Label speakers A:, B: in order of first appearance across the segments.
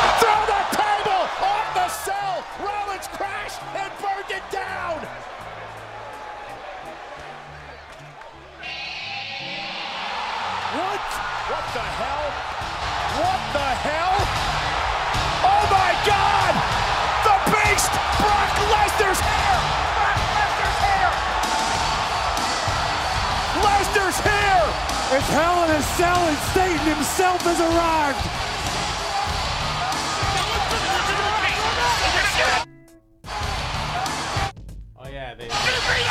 A: through the table! Off the cell! Rollins crashed and burned it down! What? What the hell? What the hell? Oh my god! The beast! Brock Lesnar's hair! Brock Lesnar's hair! Lesnar's hair!
B: It's Hell in a Cell and Satan himself has arrived.
C: Oh yeah, they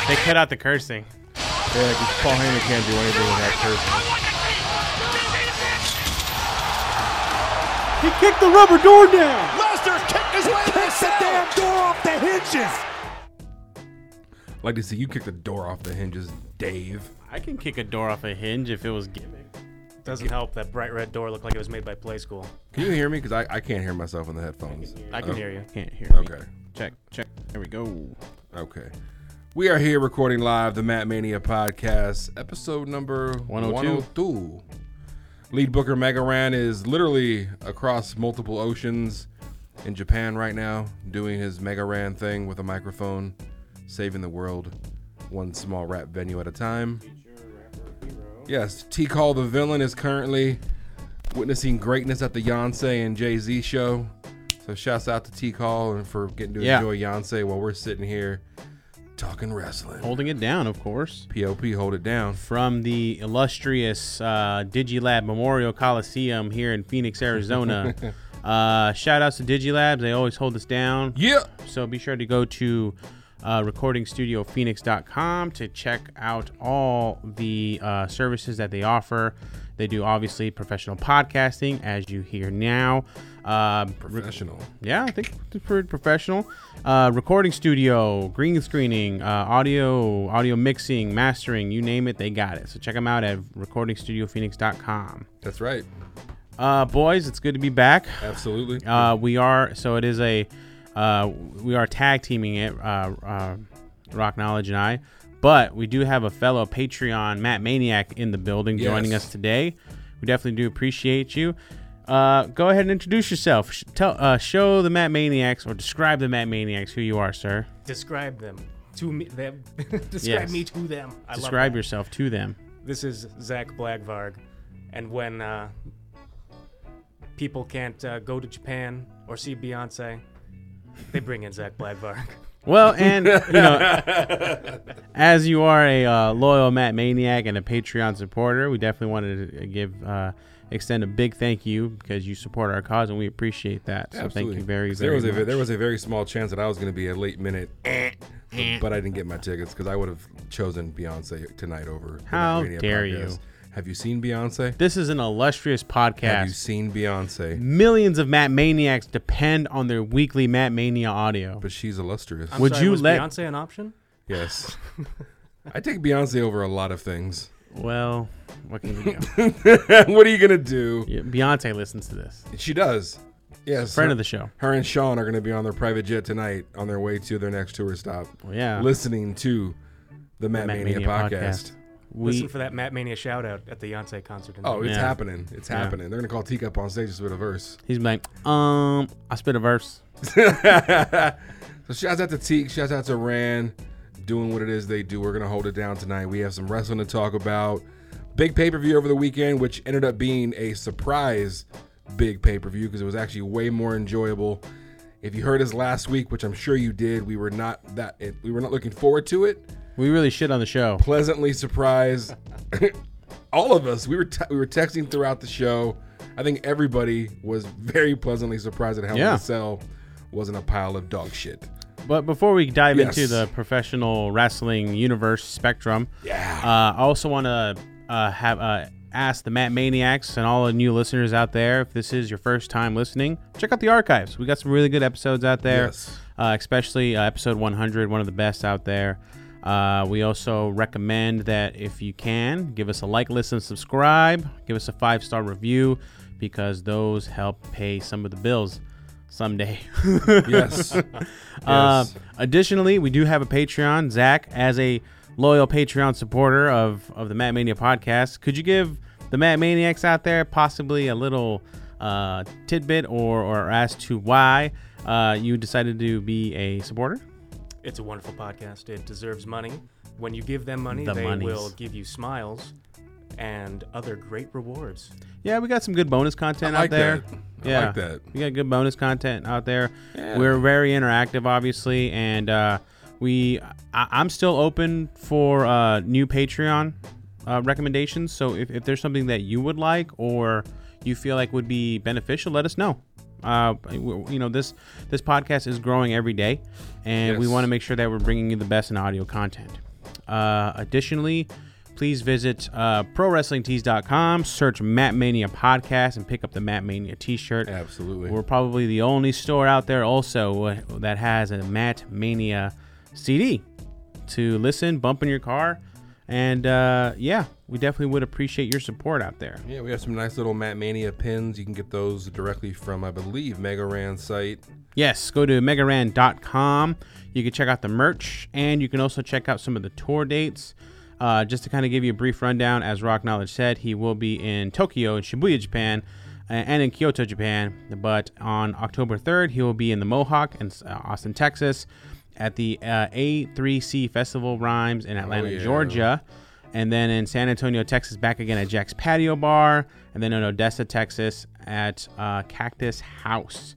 C: they cut out the cursing.
D: Yeah, because Paul Heyman can't do anything without cursing.
B: He kicked the rubber door down.
A: Lesnar kicked his way to the
B: Kicked the
A: cell.
B: damn door off the hinges.
D: I'd Like to see you kick the door off the hinges, Dave.
C: I can kick a door off a hinge if it was gimmick. Doesn't help that bright red door looked like it was made by Play School.
D: Can you hear me? Because I, I can't hear myself in the headphones. Oh,
C: I can hear you. Oh. Can't hear.
D: Okay.
C: Check, check. There we go.
D: Okay. We are here recording live the Matt Mania podcast, episode number
C: 102.
D: 102. Lead Booker Megaran is literally across multiple oceans in Japan right now, doing his Megaran thing with a microphone, saving the world one small rap venue at a time. Yes, T Call the Villain is currently witnessing greatness at the Yonsei and Jay Z show. So shouts out to T Call and for getting to
C: Yeah.
D: enjoy Yonsei while we're sitting here talking wrestling.
C: Holding it down, of course.
D: POP, hold it down.
C: From the illustrious uh, DigiLab Memorial Coliseum here in Phoenix, Arizona. uh, shout outs to DigiLabs. They always hold us down.
D: Yeah.
C: So be sure to go to uh, recordingstudiophoenix.com to check out all the uh, services that they offer. They do obviously professional podcasting, as you hear now. Um,
D: Professional.
C: yeah, I think it's pretty professional. Uh, recording studio, green screening, uh, audio, audio mixing, mastering, you name it, they got it. So check them out at recordingstudiophoenix.com.
D: That's right.
C: Uh, boys, it's good to be back.
D: Absolutely.
C: Uh, we are so it is a uh, we are tag teaming it, uh, uh, Rock Knowledge and I, but we do have a fellow Patreon Matt Maniac in the building joining
D: Yes.
C: us today. We definitely do appreciate you. Uh, go ahead and introduce yourself. Sh- tell, uh, show the Matt Maniacs or describe the Matt Maniacs who you are, sir.
E: describe them to me them describe
C: Yes.
E: me to them I
C: describe
E: love
C: yourself to them.
E: that. this is zach blagvarg and when uh, people can't uh, go to japan or see beyonce they bring in zach blagvarg
C: Well, and you know, as you are a uh, loyal Matt Maniac and a Patreon supporter, we definitely wanted to give uh, extend a big thank you because you support our cause and we appreciate that. So
D: Absolutely.
C: thank you very,
D: 'Cause
C: very
D: there was
C: much.
D: A, there was a very small chance that I was going to be a late minute, but I didn't get my tickets because I would have chosen Beyonce tonight over. the
C: How
D: Mania
C: dare you.
D: Have you seen Beyonce?
C: this is an illustrious
D: Have you
C: podcast.
D: seen Beyonce?
C: Millions of Matt Maniacs depend on their weekly Matt Mania audio.
D: But she's illustrious.
E: I'm
C: Would
E: sorry,
C: you
E: was
C: let-
E: beyonce an option
D: Yes. I take Beyonce over a lot of things.
C: Well, what can you do?
D: what are you gonna do?
C: Yeah, Beyonce listens to this.
D: She does. Yes.
C: Friend
D: her,
C: of the show.
D: Her and Sean are gonna be on their private jet tonight on their way to their next tour stop.
C: Well, Oh, yeah.
D: Listening to the Matt,
C: Matt
D: Mania,
C: Mania
D: podcast.
C: podcast. We
E: listen for that matt mania shout out at the beyonce concert in
D: Oh, it's
C: Yeah.
D: happening. It's happening. They're gonna call Teacup on stage just with a verse.
C: he's like, um, I spit a verse.
D: So shouts out to Teak, shouts out to Ran, doing what it is they do. We're gonna hold it down tonight. We have some wrestling to talk about. Big pay per view over the weekend, which ended up being a surprise big pay per view because it was actually way more enjoyable. If you heard us last week, which I'm sure you did, we were not that it, we were not looking forward to it.
C: We really shit on the show.
D: Pleasantly surprised, all of us. We were te- we were texting throughout the show. I think everybody was very pleasantly surprised at how
C: Yeah.
D: yeah. Cell wasn't a pile of dog shit.
C: But before we dive
D: Yes.
C: into the professional wrestling universe spectrum,
D: Yeah.
C: uh, I also want to uh, have uh, ask the Matt Maniacs and all the new listeners out there if this is your first time listening, check out the archives. We got some really good episodes out there,
D: Yes.
C: uh, especially uh, episode 100, one of the best out there. Uh, we also recommend that if you can, give us a like, listen, subscribe, give us a five star review because those help pay some of the bills someday.
D: Yes.
C: Uh,
D: Yes.
C: additionally, we do have a Patreon. Zach, as a loyal Patreon supporter of, of the Matt Mania podcast, could you give the Matt Maniacs out there possibly a little uh, tidbit or, or as to why uh, you decided to be a supporter?
E: It's a wonderful podcast. It deserves money. When you give them money,
C: The
E: they
C: monies.
E: will give you smiles and other great rewards.
C: Yeah, we got some good bonus content
D: I
C: out
D: like
C: there.
D: that. I
C: Yeah,
D: like that.
C: We got good bonus content out there. We're very interactive, obviously, and uh, we I, I'm still open for uh, new Patreon uh, recommendations. So if, if there's something that you would like or you feel like would be beneficial, let us know. Uh, w- you know this this podcast is growing every day, and we
D: Yes.
C: want to make sure that we're bringing you the best in audio content. Uh, additionally, please visit uh, prowrestlingtees.com, search Matt Mania podcast, and pick up the Matt Mania t-shirt.
D: Absolutely.
C: We're probably the only store out there also uh, that has a Matt Mania CD to listen, bump in your car, and uh, yeah, we definitely would appreciate your support out there.
D: Yeah, we have some nice little Matt Mania pins. You can get those directly from, I believe, Megaran's site.
C: Yes, go to megaran.com. You can check out the merch and you can also check out some of the tour dates. Uh, just to kind of give you a brief rundown, as Rock Knowledge said, he will be in Tokyo and Shibuya, Japan, a- and in Kyoto, Japan. But on October 3rd, he will be in the Mohawk and uh, Austin, Texas, at the uh, A3C Festival Rhymes in Atlanta,
D: yeah.
C: Georgia. And then in San Antonio, Texas, back again at Jack's Patio Bar. And then in Odessa, Texas, at uh, Cactus House.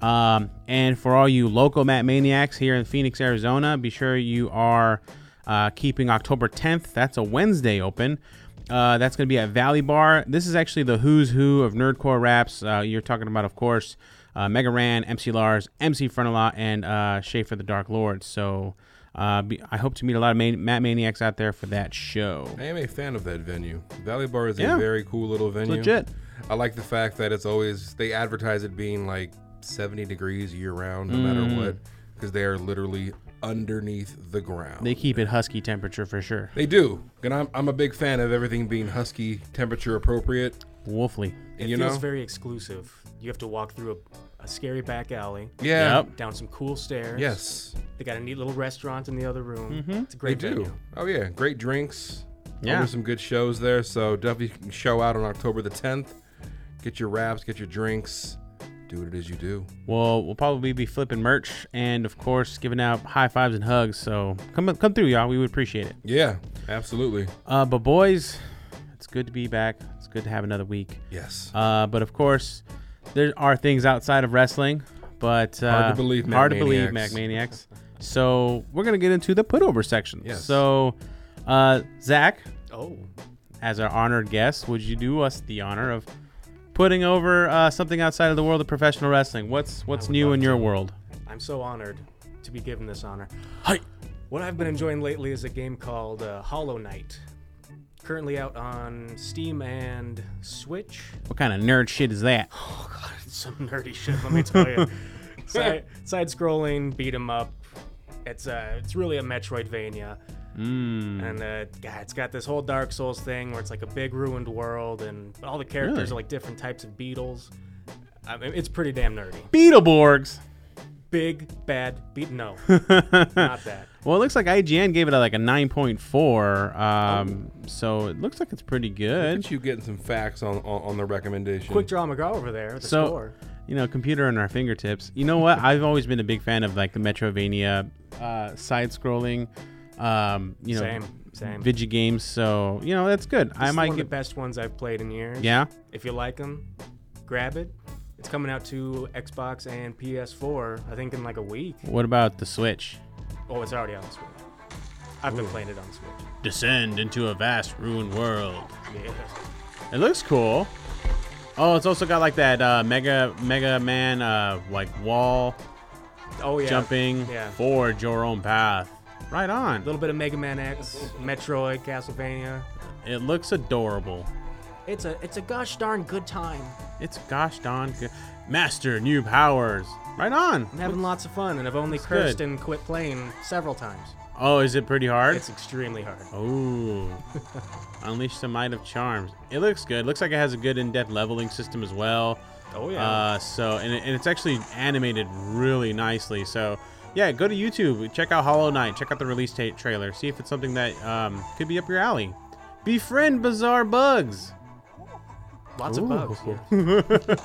C: Um, and for all you local Matt Maniacs here in Phoenix, Arizona, be sure you are uh, keeping October 10th. That's a Wednesday open. Uh, that's going to be at Valley Bar. This is actually the who's who of nerdcore raps. Uh, you're talking about, of course, uh, Mega Ran, MC Lars, MC Frontalot, and uh, Schaefer the Dark Lord. So uh, be, I hope to meet a lot of man- Matt Maniacs out there for that show.
D: I am a fan of that venue. Valley Bar is
C: Yeah.
D: a very cool little venue.
C: legit.
D: I like the fact that it's always, they advertise it being like 70 degrees year round, no
C: Mm.
D: matter what, because they are literally underneath the ground.
C: They keep it husky temperature for sure.
D: They do. And I'm, I'm a big fan of everything being husky, temperature appropriate.
C: Wolfly.
E: It
D: you
E: feels
D: know?
E: very exclusive. You have to walk through a, a scary back alley,
D: Yeah.
C: Yep.
E: down some cool stairs.
D: Yes. Mm-hmm.
E: They got a neat little restaurant in the other room. It's a great
D: They
E: venue.
D: do. Oh yeah, great drinks.
C: Yeah.
D: Yeah, there's some good shows there. So definitely can show out on October the 10th. Get your wraps, get your drinks. Do what it is you do.
C: Well, we'll probably be flipping merch and, of course, giving out high fives and hugs. So come come through, y'all. We would appreciate it.
D: Yeah, absolutely.
C: Uh, but boys, it's good to be back. It's good to have another week.
D: Yes.
C: Uh, but of course, there are things outside of wrestling. But uh,
D: to believe Mac
C: hard to believe, Mac
D: Maniacs.
C: Maniacs. So we're gonna get into the put over section.
D: Yes.
C: So, uh, Zach,
E: Oh,
C: as our honored guest, would you do us the honor of putting over uh, something outside of the world of professional wrestling? What's what's
E: would
C: new
E: love
C: in your world?
E: I'm so honored to be given this honor.
C: Hi.
E: What I've been enjoying lately is a game called uh, Hollow Knight. Currently out on Steam and Switch.
C: What kind of nerd shit is that?
E: Oh god, it's some nerdy shit. Let me tell you. Side, side-scrolling, beat 'em up. It's uh, it's really a Metroidvania,
C: Hmm.
E: mm. and uh, God, it's got this whole Dark Souls thing where it's like a big ruined world, and all the characters
C: Really?
E: are like different types of beetles. I mean, it's pretty damn nerdy.
C: Beetleborgs.
E: Big bad beat. No, not that.
C: Well, it looks like IGN gave it a, like a 9.4. Um, So it looks like it's pretty good.
D: Aren't you getting some facts on, on, on the recommendation?
E: Quick draw McGraw over there. With the
C: So,
E: score.
C: you know, computer on our fingertips. You know what? I've always been a big fan of like the Metrovania uh, side scrolling um, you know,
E: Same, same.
C: video games. So you know that's good. I
E: This is
C: might
E: one
C: get
E: of the best ones I've played in years.
C: Yeah?
E: If you like them, grab it. It's coming out to Xbox and PS4, I think in like a week.
C: What about the Switch?
E: Oh, it's already on Switch. I've been playing it on Switch.
C: Descend into a vast ruined world.
E: Yeah.
C: It looks cool. Oh, it's also got like that uh, Mega Mega Man uh, like wall
E: Oh yeah.
C: jumping.
E: Yeah.
C: Forge your own path. Right on.
E: A little bit of Mega Man X, Metroid, Castlevania.
C: It looks adorable.
E: It's a it's a gosh darn good time.
C: It's gosh darn good. Master new powers. Right on.
E: I'm having lots of fun, and I've only cursed
C: good.
E: and quit playing several times.
C: Oh, is it pretty hard?
E: It's extremely hard.
C: Oh. Unleash the might of charms. It looks good. Looks like it has a good in-depth leveling system as well.
E: Oh, yeah.
C: Uh, so and, it, and it's actually animated really nicely. So yeah, go to YouTube, check out Hollow Knight, check out the release date trailer, see if it's something that um, could be up your alley. Befriend bizarre bugs.
E: Lots of bugs. yeah.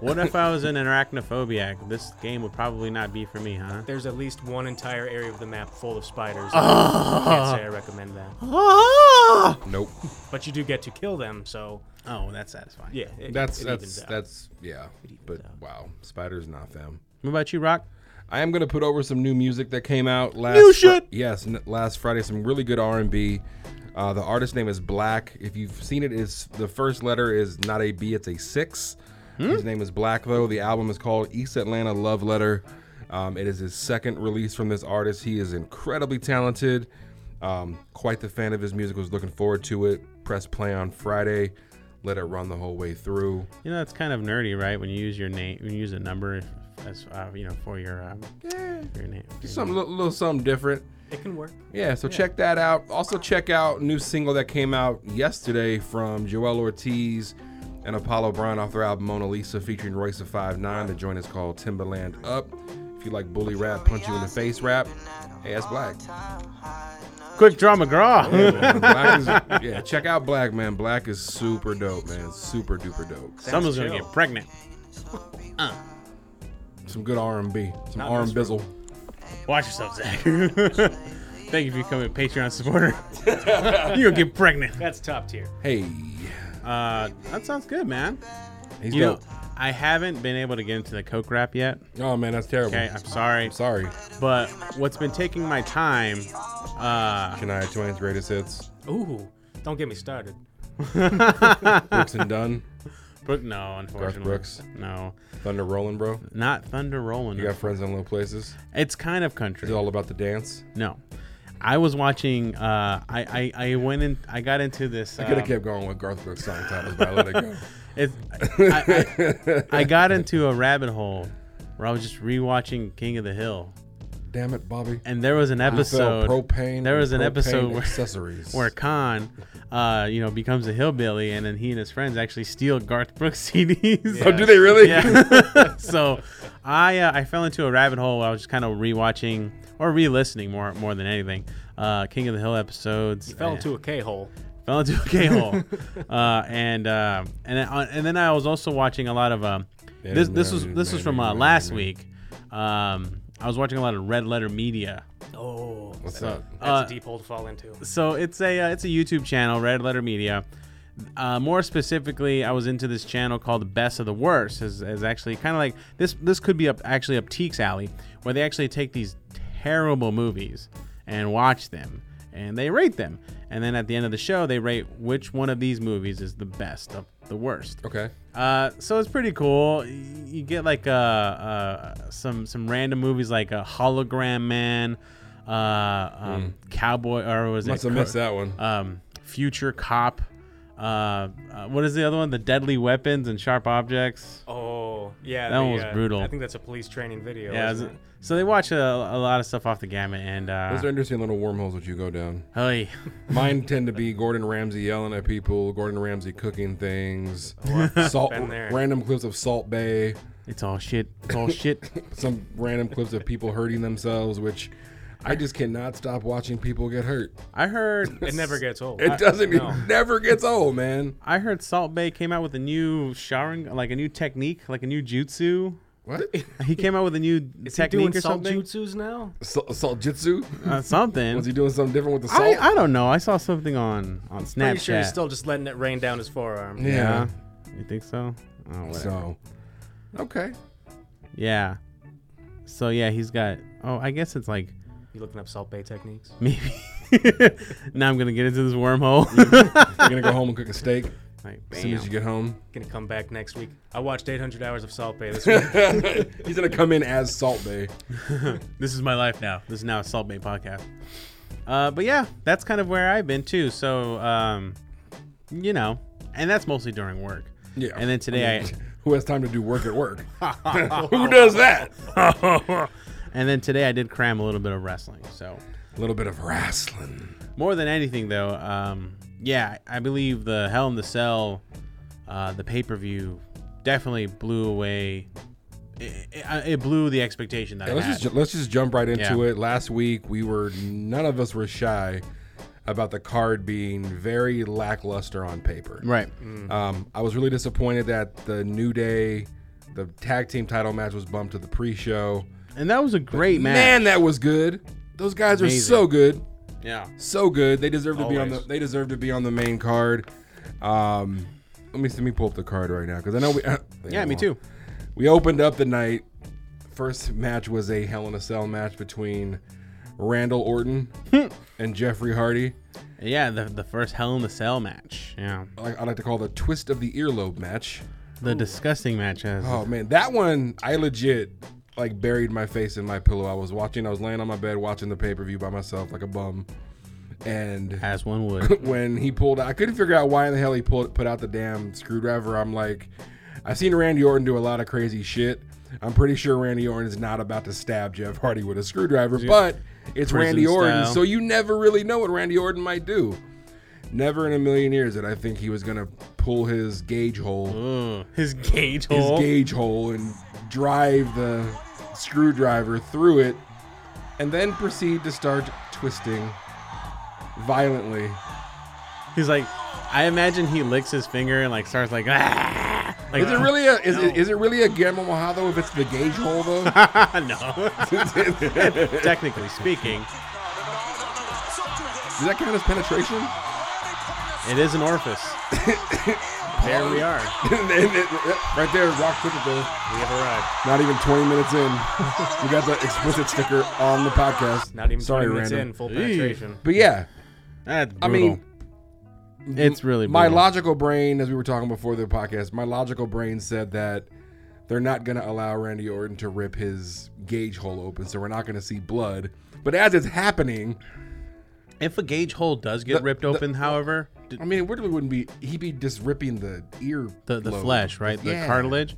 C: What if I was an arachnophobiac? This game would probably not be for me, huh?
E: There's at least one entire area of the map full of spiders. I can't say I recommend that.
C: Ah!
D: Nope.
E: But you do get to kill them, so
C: Oh, that's satisfying.
E: yeah. It,
D: That's
E: it
D: that's
E: evens out.
D: that's yeah. But wow, spiders not fam.
C: What about you, Rock?
D: I am gonna put over some new music that came out last.
C: New shit!
D: yes, n- last Friday, some really good R and B. Uh, the artist name is Black. If you've seen it, is the first letter is not a B, it's a six.
C: Hmm?
D: His name is Black though. The album is called East Atlanta Love Letter. Um, it is his second release from this artist. He is incredibly talented. Um, quite the fan of his music. Was looking forward to it. Press play on Friday. Let it run the whole way through.
C: You know, it's kind of nerdy, right? When you use your name, when you use a number as uh, you know for your um, for your name.
D: Something a little, little something different.
E: it can work.
D: Yeah, so check that out. Also check out a new single that came out yesterday from Joel Ortiz and Apollo Brown off their album Mona Lisa featuring Royce of 5'9. The joint is called Timberland Up. If you like bully rap, punch you in the face rap, hey, that's black.
C: Quick draw McGraw.
D: black is, yeah, check out Black, man. Black is super dope, man. Super duper dope.
C: Someone's gonna
E: chill.
C: get pregnant.
D: Some good R&B. Some R&Bizzle.
C: Watch yourself, Zach. Thank you for becoming a Patreon supporter. You're gonna get pregnant.
E: That's top tier.
D: Hey,
C: Uh, that sounds good, man.
D: he's
C: You know,
D: dope.
C: I haven't been able to get into the Coke rap yet.
D: oh, man, that's terrible.
C: Okay, I'm sorry.
D: I'm sorry.
C: But what's been taking my time? Uh,
D: Shania Twain's greatest hits.
E: Ooh, don't get me started.
D: Brooks and Dunn.
C: Brooke, no, unfortunately.
D: Brooks.
C: No,
D: Thunder Rolling, bro.
C: not Thunder Rolling.
D: You got friends in low places.
C: It's kind of
D: Is it
C: country.
D: all about the dance?
C: No. I was watching. Uh, I, I I went in. I got into this.
D: I could have
C: um,
D: kept going with Garth Brooks song titles, but I let it go.
C: It's, I, I, I got into a rabbit hole where I was just rewatching King of the Hill,
D: Damn it, Bobby.
C: and there was an
D: Sell
C: episode.
D: propane.
C: There
D: and
C: was an
D: propane
C: episode where
D: accessories.
C: where Khan, uh, you know, becomes a hillbilly, and then he and his friends actually steal Garth Brooks CDs.
D: Oh, do they really?
C: Yeah. so, I uh, I fell into a rabbit hole. Where I was just kind of rewatching or re-listening more more than anything. Uh, King of the Hill episodes.
E: Fell
C: and-
E: into a K hole.
C: fell into a K-hole. uh, and uh, and then- uh, and then I was also watching a lot of um, this this was this was from uh, last week. Um, I was watching a lot of Red Letter Media.
E: Oh,
D: What's up?
E: that's a deep hole to fall into.
C: So it's a uh, it's a YouTube channel, Red Letter Media. Uh, more specifically, I was into this channel called The Best of the Worst. Is, is actually kind of like this. This could be up actually up Teek's alley, where they actually take these terrible movies and watch them, and they rate them, and then at the end of the show, they rate which one of these movies is the best of the worst.
D: Okay.
C: Uh, so it's pretty cool. Y- You get like uh, uh, some some random movies like a Hologram Man, uh, um, Cowboy, or was
D: Mm. Must
C: it
D: have
C: Cro-
D: missed that one.
C: um, Future Cop? Uh, uh, what is the other one? The Deadly Weapons and Sharp Objects.
E: Oh, yeah.
C: That
E: the,
C: one was
E: uh,
C: brutal.
E: I think that's a police training video.
C: yeah,
E: isn't
C: so-
E: it?
C: so they watch a, a lot of stuff off the gamut, and
D: Those
C: uh,
D: are interesting little wormholes that you go down.
C: hey,
D: Mine tend to be Gordon Ramsay yelling at people, Gordon Ramsay cooking things, salt,
E: been there.
D: random clips of Salt Bay,
C: it's all shit. It's all shit.
D: some random clips of people hurting themselves, which I just cannot stop watching people get hurt.
C: I heard
E: It never gets old.
D: It doesn't.
E: No.
D: It never gets old, man.
C: I heard Salt Bay came out with a new showering, like a new technique, like a new jutsu.
D: What?
C: He came out with a new
E: Is he
C: technique
E: doing
C: or something.
E: jutsus now?
D: Salt, salt jitsu?
C: Uh, something.
D: Was he doing something different with the
C: I,
D: salt?
C: I don't know. I saw something on on Snapchat.
E: Pretty sure he's still just letting it rain down his forearm.
D: Yeah.
C: yeah. You think so? Oh, whatever.
D: So, okay.
C: Yeah. So yeah, he's got. Oh, I guess it's like
E: You looking up salt bay techniques?
C: maybe. now I'm gonna get into this wormhole.
D: You're gonna go home and cook a steak
C: like,
D: as soon as you get home.
E: Gonna come back next week. I watched 800 hours of salt bay this week.
D: He's gonna come in as Salt Bay.
C: This is my life now. This is now a Salt Bay podcast. Uh, but yeah, that's kind of where I've been too. So, um, you know, and that's mostly during work.
D: Yeah.
C: And then today I,
D: Who has time to do work at work? Who does that?
C: and then today I did cram a little bit of wrestling. So
D: A little bit of wrestling.
C: more than anything though, um, yeah, I believe the Hell in the Cell, uh, the pay per view, definitely blew away. It, it, it blew the expectation that I
D: let's
C: had.
D: just ju- let's just jump right into
C: Yeah.
D: it. Last week we were none of us were shy about the card being very lackluster on paper.
C: right.
D: Um, I was really disappointed that the New Day, the tag team title match was bumped to the pre-show.
C: And that was a great match.
D: Man, that was good. Those guys are so good,
C: Yeah.
D: so good. They deserve to be on the
C: Always.
D: they deserve to be on the main card. Um, let me let me pull up the card right now because I know we uh,
C: Yeah, me too.
D: we opened up the night. First match was a Hell in a Cell match between Randall Orton
C: Hmm.
D: and Jeffrey Hardy.
C: Yeah, the, the first Hell in the Cell match. Yeah.
D: I, I like to call the twist of the earlobe match.
C: The disgusting match as
D: Oh man, that one I legit like buried my face in my pillow. I was watching. I was laying on my bed watching the pay per view by myself like a bum, and
C: as one would.
D: when he pulled out, I couldn't figure out why in the hell he pulled put out the damn screwdriver. I'm like, I've seen Randy Orton do a lot of crazy shit. I'm pretty sure Randy Orton is not about to stab Jeff Hardy with a screwdriver, but it's
C: Prison
D: Randy Orton,
C: style.
D: so you never really know what Randy Orton might do. Never in a million years did I think he was gonna pull his gauge hole,
C: Ugh, his gauge
D: his
C: hole.
D: gauge hole, and drive the screwdriver through it, and then proceed to start twisting violently
C: He's like, I imagine he licks his finger and like starts like, ah. Like,
D: Is it really a is, it, is it really a Guillermo Mojado if it's the gauge hole though?
C: no. Technically speaking,
D: Does that count as penetration?
C: it is an orifice. there we are.
D: And then it- right there, rock took it there.
E: We have arrived.
D: Not even 20 minutes in, we got the explicit sticker on the podcast.
E: Not even
D: Sorry,
E: 20 minutes
D: random.
E: in, full penetration.
D: But yeah,
C: That's
D: I
C: brutal.
D: mean,
C: it's really
D: my
C: brutal.
D: logical brain, as we were talking before the podcast, my logical brain said that they're not going to allow Randy Orton to rip his gauge hole open, so we're not going to see blood. But as it's happening,
C: If a gauge hole does get
D: The-
C: ripped
D: the-
C: open, however, d-
D: I mean, it really wouldn't be he'd be just ripping the ear,
C: the, the
D: lobe.
C: flesh, right, the
D: Yeah.
C: cartilage,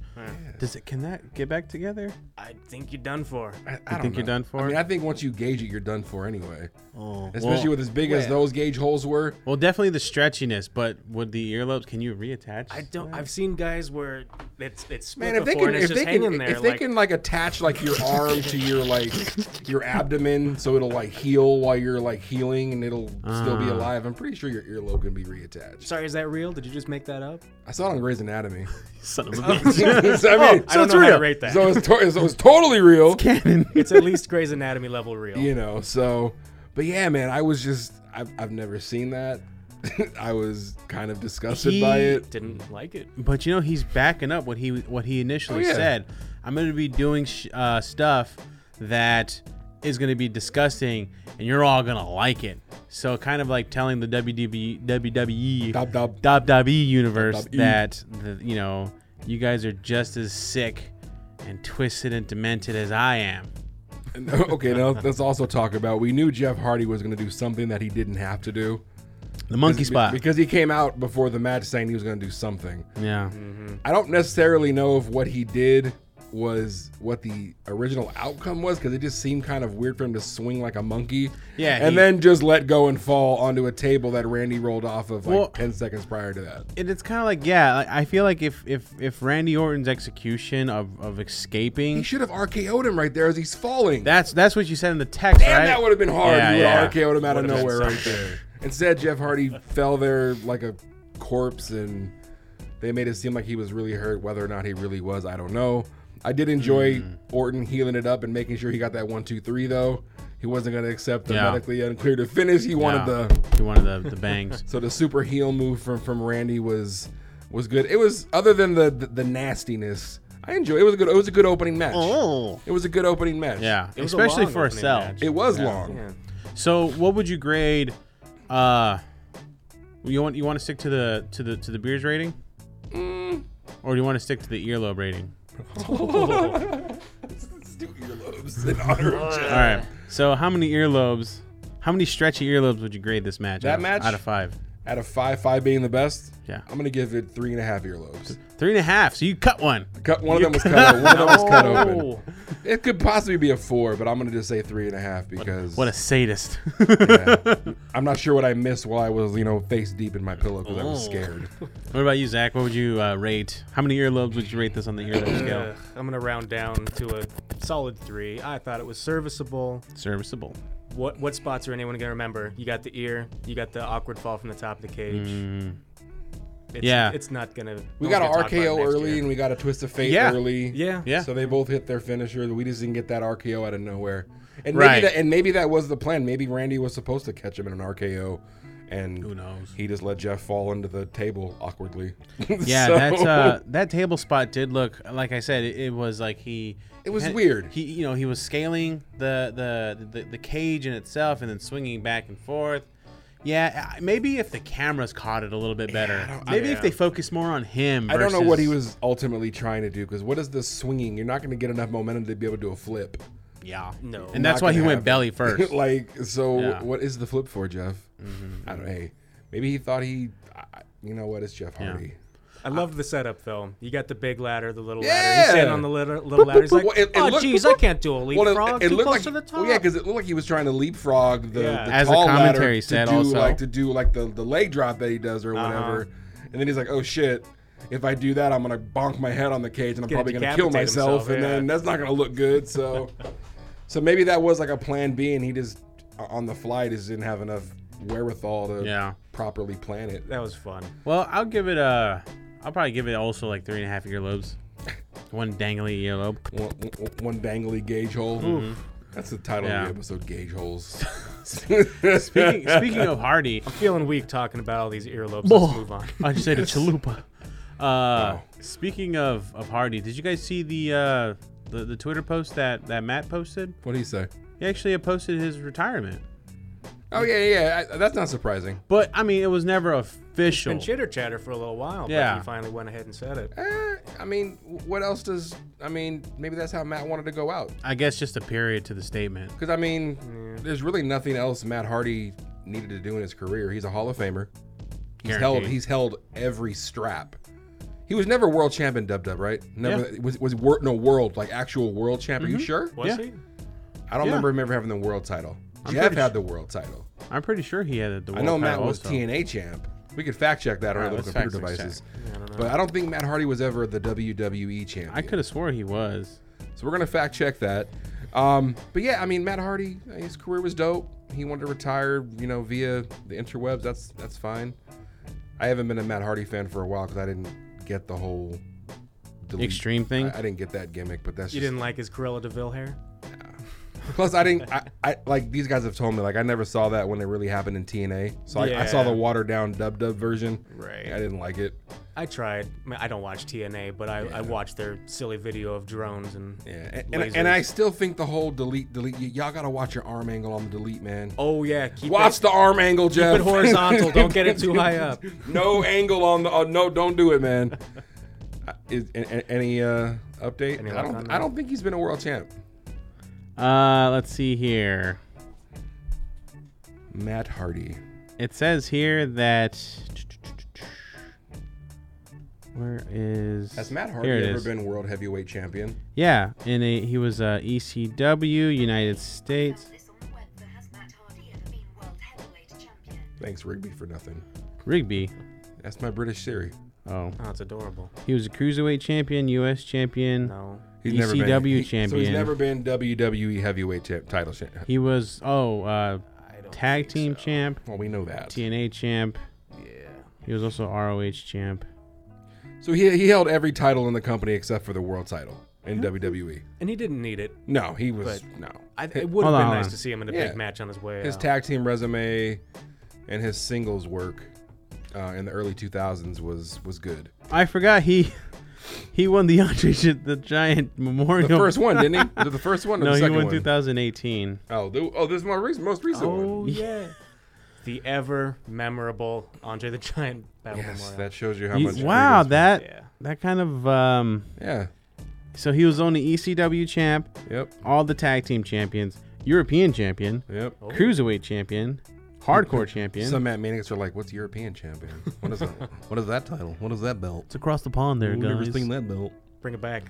C: does it? Can that get back together?
E: I think you're done for.
D: I, I don't
C: think you're
D: know.
C: done for?
D: I mean, I think once you gauge it, you're done for anyway.
C: Oh,
D: Especially
C: well,
D: with as big as
E: well-
D: those gauge holes were.
C: well, definitely the stretchiness, but would the earlobes? Can you reattach?
E: I don't.
C: that?
E: I've seen guys where it's it's split
D: Man, if they
E: before
D: can,
E: and
D: if
E: it's
D: they
E: just
D: can,
E: hanging there.
D: if they
E: like,
D: can like attach like your arm to your like your abdomen, so it'll like heal while you're like healing, and it'll still
E: Ah.
D: be alive. I'm pretty sure your earlobe can be reattached.
E: sorry, is that real? Did you just make that up?
D: I saw it on Grey's Anatomy.
C: Son of a bitch.
D: so, I mean,
E: I Oh, don't
C: it's
E: know how
C: real.
E: to rate that.
D: so it's to- so it's totally real.
E: it's at least Grey's Anatomy level real.
D: you know so but yeah man i was just i've, I've never seen that i was kind of disgusted by
C: He-
D: it
E: Didn't like it.
C: But you know he's backing up what he what he initially
D: Oh, yeah.
C: said. I'm going to be doing sh- uh, stuff that is going to be disgusting, and you're all going to like it. So kind of like telling the WDB, WWE
D: Dub, dub.
C: WWE universe
D: Dub, dub, E.
C: that the, you know you guys are just as sick and twisted and demented as I am.
D: And- okay now let's also talk about we knew jeff hardy was going to do something that he didn't have to do
C: The monkey
D: Be-
C: spot.
D: because he came out before the match saying he was going to do something
C: yeah.
D: i don't necessarily know if what he did was what the original outcome was because it just seemed kind of weird for him to swing like a monkey
C: Yeah,
D: and
C: he-
D: then just let go and fall onto a table that randy rolled off of like
C: Well-
D: 10 seconds prior to that
C: it, it's kind of like yeah. Like, I feel like if if if Randy Orton's execution of of
D: he
C: escaping.
D: should have RKO'd him right there as he's falling.
C: That's that's what you said in the text,
D: Damn,
C: right?
D: that would have been hard.
C: Yeah,
D: you would have
C: yeah.
D: RKO'd him out of
E: Would've been
D: nowhere right
E: something.
D: there. Instead, Jeff Hardy fell there like a corpse, and they made it seem like he was really hurt. Whether or not he really was, I don't know. I did enjoy
C: Hmm.
D: Orton healing it up and making sure he got that one, two, three though. He wasn't gonna accept the
C: Yeah.
D: medically unclear to finish. He wanted
C: Yeah.
D: the
C: He wanted the, the bangs.
D: so the super heel move from from Randy was was good. It was other than the the, the nastiness. I enjoy. It was a good. It was a good opening match. It was a good opening match.
C: Mm. Yeah,
E: was a
C: especially
E: long
C: for a
E: opening
C: cell.
E: match.
D: It was long.
C: So, what would you grade? Uh, you want you want to stick to the to the to the beers rating,
E: Mm.
C: or do you want to stick to the earlobe rating?
D: Let's do earlobes in honor of Jeff.
C: All right. So, how many earlobes? How many stretchy earlobes would you grade this match?
D: That
C: out of-
D: match?
C: out of five,
D: Out of five, five being the best.
C: Yeah.
D: I'm gonna give it three and a half earlobes.
C: three and a half. So you cut one.
D: Cut one of them was cut. o- One of them was cut open. It could possibly be a four, but I'm gonna just say three and a half because
C: What a sadist.
D: yeah. I'm not sure what I missed while I was you know face deep in my pillow because I was
E: Oh.
D: scared.
C: What about you, Zach? What would you uh, rate? How many earlobes would you rate this on the earlobe
E: Uh,
C: scale?
E: I'm gonna round down to a solid three. I thought it was serviceable.
C: Serviceable.
E: What what spots are anyone gonna remember? You got the ear. You got the awkward fall from the top of the cage. It's,
C: Yeah.
E: it's not gonna.
D: Mm. We
E: no
D: got
E: one's
D: an
E: gonna talk about it
D: RKO
E: next
D: early
E: year.
D: and we got a twist of fate
C: Yeah.
D: early.
E: Yeah.
C: Yeah.
D: So they both hit their finisher. We just didn't get that RKO out of nowhere. And
C: Right.
D: maybe that, and maybe that was the plan. Maybe Randy was supposed to catch him in an RKO and who
C: knows?
D: He just let Jeff fall into the table awkwardly.
C: Yeah,
D: So-
C: that's uh, that table spot did look like I said. It, it was like he.
D: It was weird.
C: He, you know, he was scaling the the, the the cage in itself and then swinging back and forth. Yeah, I- maybe if the cameras caught it a little bit better. maybe if they focus more on him.
D: I don't know what he
C: versus-
D: was ultimately trying to do because what is this swinging? You're not going to get enough momentum to be able to do a flip.
C: Yeah.
E: No.
C: And that's
D: Not
C: why he
D: gonna
C: went
D: happen.
C: belly first.
D: like, so
C: Yeah. Mm-hmm.
D: what is the flip for, Jeff? I don't. Hey, maybe he thought he. I, you know what? It's Jeff Hardy.
E: I love the setup though. You got the big ladder, the little ladder.
D: Uh, Yeah.
E: He's standing on the little, little ladder. He's like,
D: Well, it- it
E: oh,
D: looked-
E: geez, I can't do a leapfrog. too
D: looked
E: close
D: like,
E: to the top.
D: Well, yeah, because it looked like he was trying to leapfrog the,
E: Yeah.
D: the
C: As the
D: tall ladder
C: commentary
D: to
C: said
D: do,
C: also.
D: like to do like the, the leg drop that he does
E: Uh-huh.
D: or whatever, and then he's like, oh shit. If I do that, I'm gonna bonk my head on the cage, and I'm
E: Gonna
D: probably gonna kill
E: decapitate
D: myself,
E: himself,
D: and
E: yeah.
D: then that's not gonna look good. So, so maybe that was like a plan B, and he just uh, on the fly just didn't have enough wherewithal to
C: Yeah.
D: properly plan it.
E: that was fun.
C: Well, I'll give it a. I'll probably give it also like three and a half earlobes. One dangly earlobe.
D: One, one- one dangly gauge hole. That's the title
C: Mm-hmm. Yeah.
D: of the episode, Gauge Holes.
C: Speaking, speaking of Hardy,
E: Feeling weak talking about all these earlobes.
C: Oh.
E: Let's move on.
C: I just said a chalupa. Uh, Speaking of, of Hardy, did you guys see the uh, the, the Twitter post that, that Matt posted?
D: what do you say?
C: He actually had posted his retirement.
D: Oh yeah, yeah. I, that's not surprising.
C: But, I mean, it was never official.
E: Been chitter chatter for a little while,
C: Yeah.
E: but he finally went ahead and said it.
D: Eh, I mean, what else does? I mean, maybe that's how Matt wanted to go out.
C: I guess just a period to the statement.
D: Because I mean, there's really nothing else Matt Hardy needed to do in his career. He's a Hall of Famer. He's held.
C: Guaranteed.
D: He's held every strap. He was never world champion, Dub Dub, right? Never was was wor- no world like actual world champion.
C: Mm-hmm.
D: Are you sure?
E: Was
C: Yeah.
E: he?
D: I don't remember him ever having the world title. Jeff
C: pretty
D: had the world title.
C: I'm pretty sure he had the
D: I
C: world
D: know Matt
C: title
D: was
C: also.
D: TNA champ. We could fact check that on our
C: Alright,
D: little
C: let's
D: computer
C: fact check
D: devices. but I don't think Matt Hardy was ever the WWE champion.
C: I could have swore he was.
D: So we're gonna fact check that. Um, but yeah, I mean Matt Hardy, his career was dope. He wanted to retire, you know, via the interwebs. That's that's fine. I haven't been a Matt Hardy fan for a while because I didn't get the whole delete-
C: Extreme thing?
D: I, I didn't get that gimmick, but that's
E: You
D: just,
E: didn't like his Cruella Deville hair?
D: plus I didn't. I, I like these guys have told me like I never saw that when it really happened in TNA. So I, I saw
E: Yeah.
D: the watered down dub dub version.
E: Right.
D: I didn't like it.
E: I tried. I, mean, I don't watch TNA, but I, I watched their silly video of drones and
D: Yeah, and, and, and I still think the whole delete delete. Y- y'all gotta watch your arm angle on the delete, man.
E: oh yeah, keep
D: Watch
E: it,
D: the arm angle, Jeff.
E: keep it horizontal. don't get it too high up.
D: no angle on the. Uh, no, don't do it, man. Uh, Is, a- a- any uh, update?
E: Any
D: I
E: luck on
D: don't.
E: that?
D: I don't think he's been a world champ.
C: Uh, let's see here.
D: Matt Hardy.
C: It says here that. Where is.
D: Has Matt Hardy
C: Here it
D: ever
C: is.
D: been world heavyweight champion?
C: Yeah, in a he was uh, ECW United States.
D: Thanks, Rigby, for nothing.
C: Rigby.
D: That's my British Siri.
C: Oh,
E: Oh, it's adorable.
C: he was a cruiserweight champion, U.S. champion.
E: No.
D: He's never been-
C: ECW
D: he- So he's
C: E champion.
D: never been WWE heavyweight champ, title champ.
C: He was oh uh, tag team champ,
D: Well, we know that.
C: TNA champ. Yeah. He was also ROH champ.
D: So he he held every title in the company except for the world title. in WWE.
E: and he didn't need it.
D: No, he was no.
E: I,
D: Hi-
E: it would have
C: Hold
E: been
C: on.
E: nice to see him in a
D: Yeah.
E: big match on his way.
D: his
E: out.
D: tag team resume and his singles work uh, in the early 2000s was was good.
C: I forgot he he won the Andre Gi- the Giant Memorial.
D: The first one, didn't he? Was it The first one or
C: No,
D: the
C: he
D: second
C: won
D: one?
C: 2018.
D: Oh, the, oh, this is my recent, most recent
E: Oh
D: one.
E: yeah, the ever memorable Andre the Giant Battle
D: Yes,
E: Memorial.
D: that shows you how
C: He-
D: much.
C: wow,
D: Regal's-
C: that
E: Yeah.
C: that kind of um.
D: Yeah.
C: So he was only ECW champ,
D: Yep.
C: all the tag team champions, European champion,
D: Yep.
C: cruiserweight champion, hardcore champion.
D: Some Matt Maniacs are like, "What's European champion? What is that? what is that title? What is that belt?
C: it's across the pond there,
D: We've never
C: guys.
D: seen that belt."
E: Bring it back.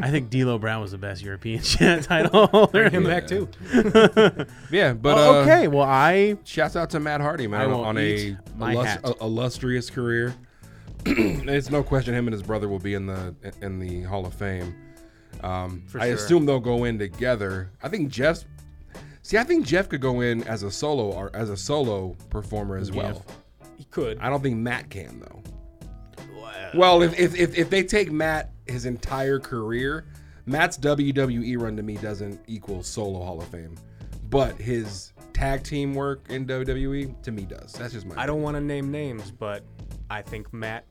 C: I think D'Lo Brown was the best European title holder.
E: Bring him back too.
D: Yeah, but um,
C: Oh,
D: okay.
C: okay, well I
D: Shouts out to Matt Hardy, man,
C: I will
D: on
C: eat
D: a,
C: my
D: illus-
C: hat.
D: a- illustrious career. it's no question him and his brother will be in the in the Hall of Fame. Um, I
E: sure.
D: assume they'll go in together. I think Jeff. See, I think Jeff could go in as a solo or as a solo performer as well.
E: He could.
D: I don't think Matt can though. Well, if, if, if, if they take Matt his entire career, Matt's WWE run to me doesn't equal solo Hall of Fame, but his tag team work in WWE to me does. That's just my.
E: I don't want to name names, but I think Matt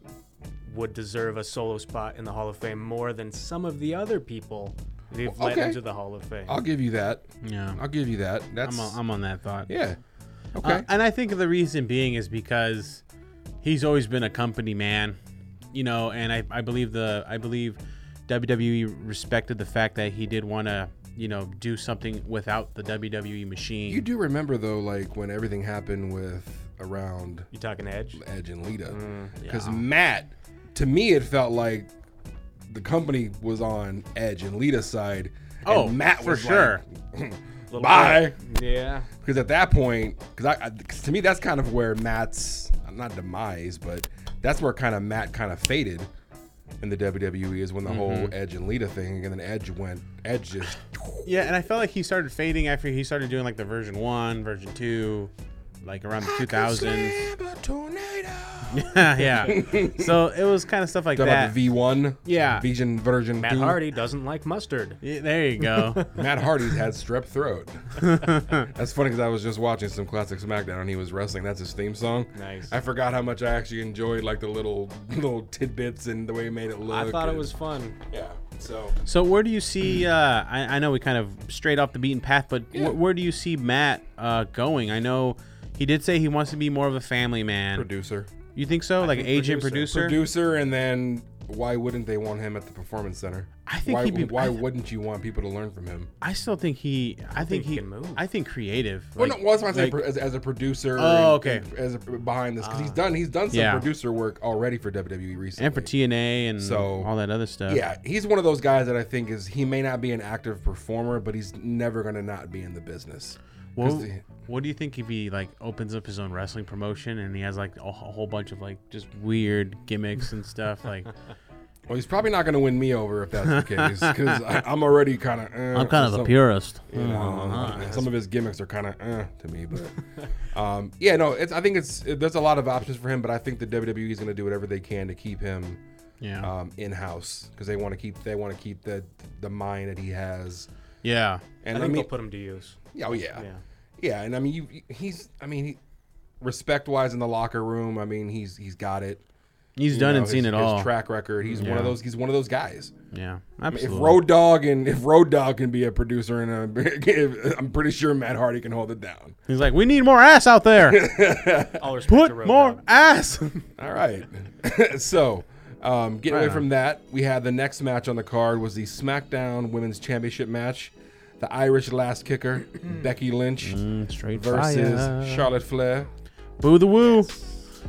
E: would deserve a solo spot in the Hall of Fame more than some of the other people they've let
D: okay.
E: into the Hall of Fame.
D: I'll give you that.
C: Yeah.
D: I'll give you that. That's
C: I'm on, I'm on that thought.
D: yeah. Okay.
C: Uh, and I think the reason being is because he's always been a company man, you know, and I, I believe the I believe WWE respected the fact that he did want to, you know, do something without the WWE machine.
D: you do remember though, like when everything happened with around
E: You talking Edge?
D: Edge and Lita, because Matt, to me, it felt like the company was on Edge and Lita's side. and
C: Oh,
D: Matt
C: for
D: was
C: sure.
E: Little
D: Bye.
E: bit. Yeah.
D: Because at that point, because I, I 'cause to me that's kind of where Matt's not demise, but that's where kind of Matt kind of faded in the WWE is when the whole Edge and Lita thing, and then Edge went Edge just
C: yeah, and I felt like he started fading after he started doing like the version one, version two, like around the 2000s.
D: Slam a tornado.
C: yeah. So it was kind of stuff like
D: Talking
C: that.
D: about the V1,
C: Yeah.
D: Vision version.
E: Matt
D: two.
E: Hardy doesn't like mustard.
C: Yeah, there you go.
D: Matt Hardy's had strep throat. That's funny because I was just watching some classic SmackDown and he was wrestling. That's his theme song.
E: Nice.
D: I forgot how much I actually enjoyed like the little little tidbits and the way he made it look.
E: I thought it
D: and-
E: was fun.
D: yeah. So
C: So where do you see? Uh, I, I know we kind of straight off the beaten path, but wh- where do you see Matt uh, going? I know he did say he wants to be more of a family man.
D: producer.
C: you think so? like
E: think
C: agent
E: producer.
C: producer?
D: producer, and then why wouldn't they want him at the performance center?
C: I think
D: why,
C: he'd be-
D: why
C: I th-
D: wouldn't you want people to learn from him?
C: I still think he. I, think,
E: think he
C: he.
E: can move.
C: I think creative.
D: Well,
C: like-
D: no, well, that's why I say
C: like-
D: pro- as, as a producer.
C: Oh,
D: and-
C: okay. Ah.
D: and as a, behind this, because he's done he's done some
C: Yeah.
D: producer work already for WWE recently.
C: and for TNA and
D: So-
C: all that other stuff.
D: yeah, he's one of those guys that I think is he may not be an active performer, but he's never gonna not be in the business. 'Cause
C: What,
D: the-
C: what do you think if he like opens up his own wrestling promotion and he has like a, wh- a whole bunch of like just weird gimmicks and stuff? Like
D: well, he's probably not gonna win me over if that's the case, because I'm already kind of. Uh,
C: I'm kind of a Uh-huh.
D: some-
C: purist. Hmm.
D: you know, and some of his gimmicks are kind of uh, to me, but um, yeah, no, it's I think it's it, there's a lot of options for him, but I think the WWE is going to do whatever they can to keep him
C: Yeah.
D: um, in house because they want to keep they want to keep the the mind that he has.
C: yeah.
D: And
E: I
D: I,
E: think
D: mean,
E: they'll put him to use.
D: yeah, oh, yeah, yeah,
E: Yeah.
D: and I mean, you, he's I mean, he, respect wise in the locker room, I mean, he's he's got it.
C: He's
D: You
C: done
D: know,
C: and seen
D: his-
C: it
D: his
C: all.
D: track record. He's one of
C: Yeah.
D: those. He's one of those guys.
C: Yeah,
D: If
C: absolutely.
D: Road Dog and if Road Dog can be a producer and a, I'm pretty sure Matt Hardy can hold it down.
C: He's like, we need more ass out there.
E: All respect to
C: Put
E: Road
C: more
E: Dogg.
C: ass.
D: All right. so, um, getting away
C: on.
D: from that, we had the next match on the card was the SmackDown Women's Championship match. The Irish last kicker, Becky Lynch
C: Straight
D: versus Charlotte Flair.
C: Boo the woo.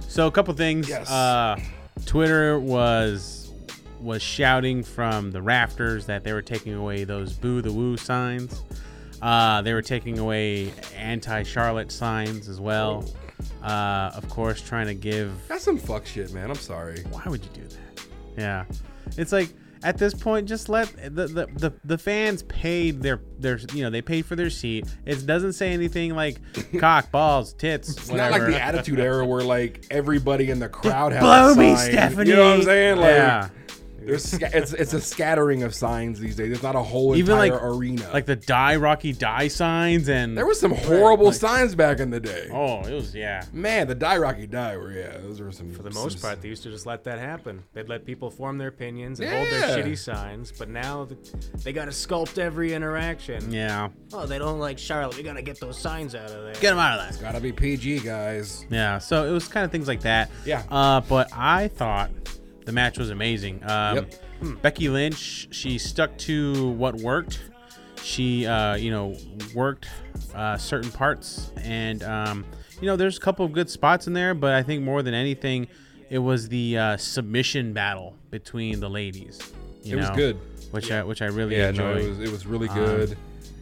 C: So a couple things.
D: Yes.
C: Uh, Twitter was was shouting from the rafters that they were taking away those boo the woo signs. Uh, they were taking away anti Charlotte signs as well. Uh, of course, trying to give
D: That's some fuck shit, man. I'm sorry.
C: why would you do that? Yeah, it's like at this point, just let the the, the, the fans paid their their you know they paid for their seat. It doesn't say anything like cock, balls, tits,
D: It's
C: whatever.
D: not like the Attitude Era where like everybody in the crowd has
C: Blow
D: a
C: me,
D: sign.
C: Stephanie.
D: You know what I'm saying? Like,
C: yeah,
D: There's sca- it's it's a scattering of signs these days. There's not a whole
C: Even
D: entire
C: like
D: arena.
C: like the die Rocky die signs and
D: there were some horrible signs back in the day.
C: oh it was yeah
D: Man, the die Rocky die were yeah. Those were some
E: For the
D: some-
E: most part, they used to just let that happen. They'd let people form their opinions and hold
D: Yeah.
E: their shitty signs, but now th- they gotta sculpt every interaction.
C: yeah
E: Oh, they don't like Charlotte. We gotta get those signs out of there.
C: get them out of there.
D: Gotta be PG guys.
C: Yeah, so it was kind of things like that.
D: Yeah.
C: Uh, but I thought the match was amazing. Um,
D: Yep.
C: Becky Lynch, she stuck to what worked. She, uh, you know, worked uh, certain parts, and um, you know, there's a couple of good spots in there. But I think more than anything, it was the uh, submission battle between the ladies. You
D: It was
C: know,
D: good.
C: which I which I really
D: Yeah, no,
C: enjoyed.
D: it was it was really good.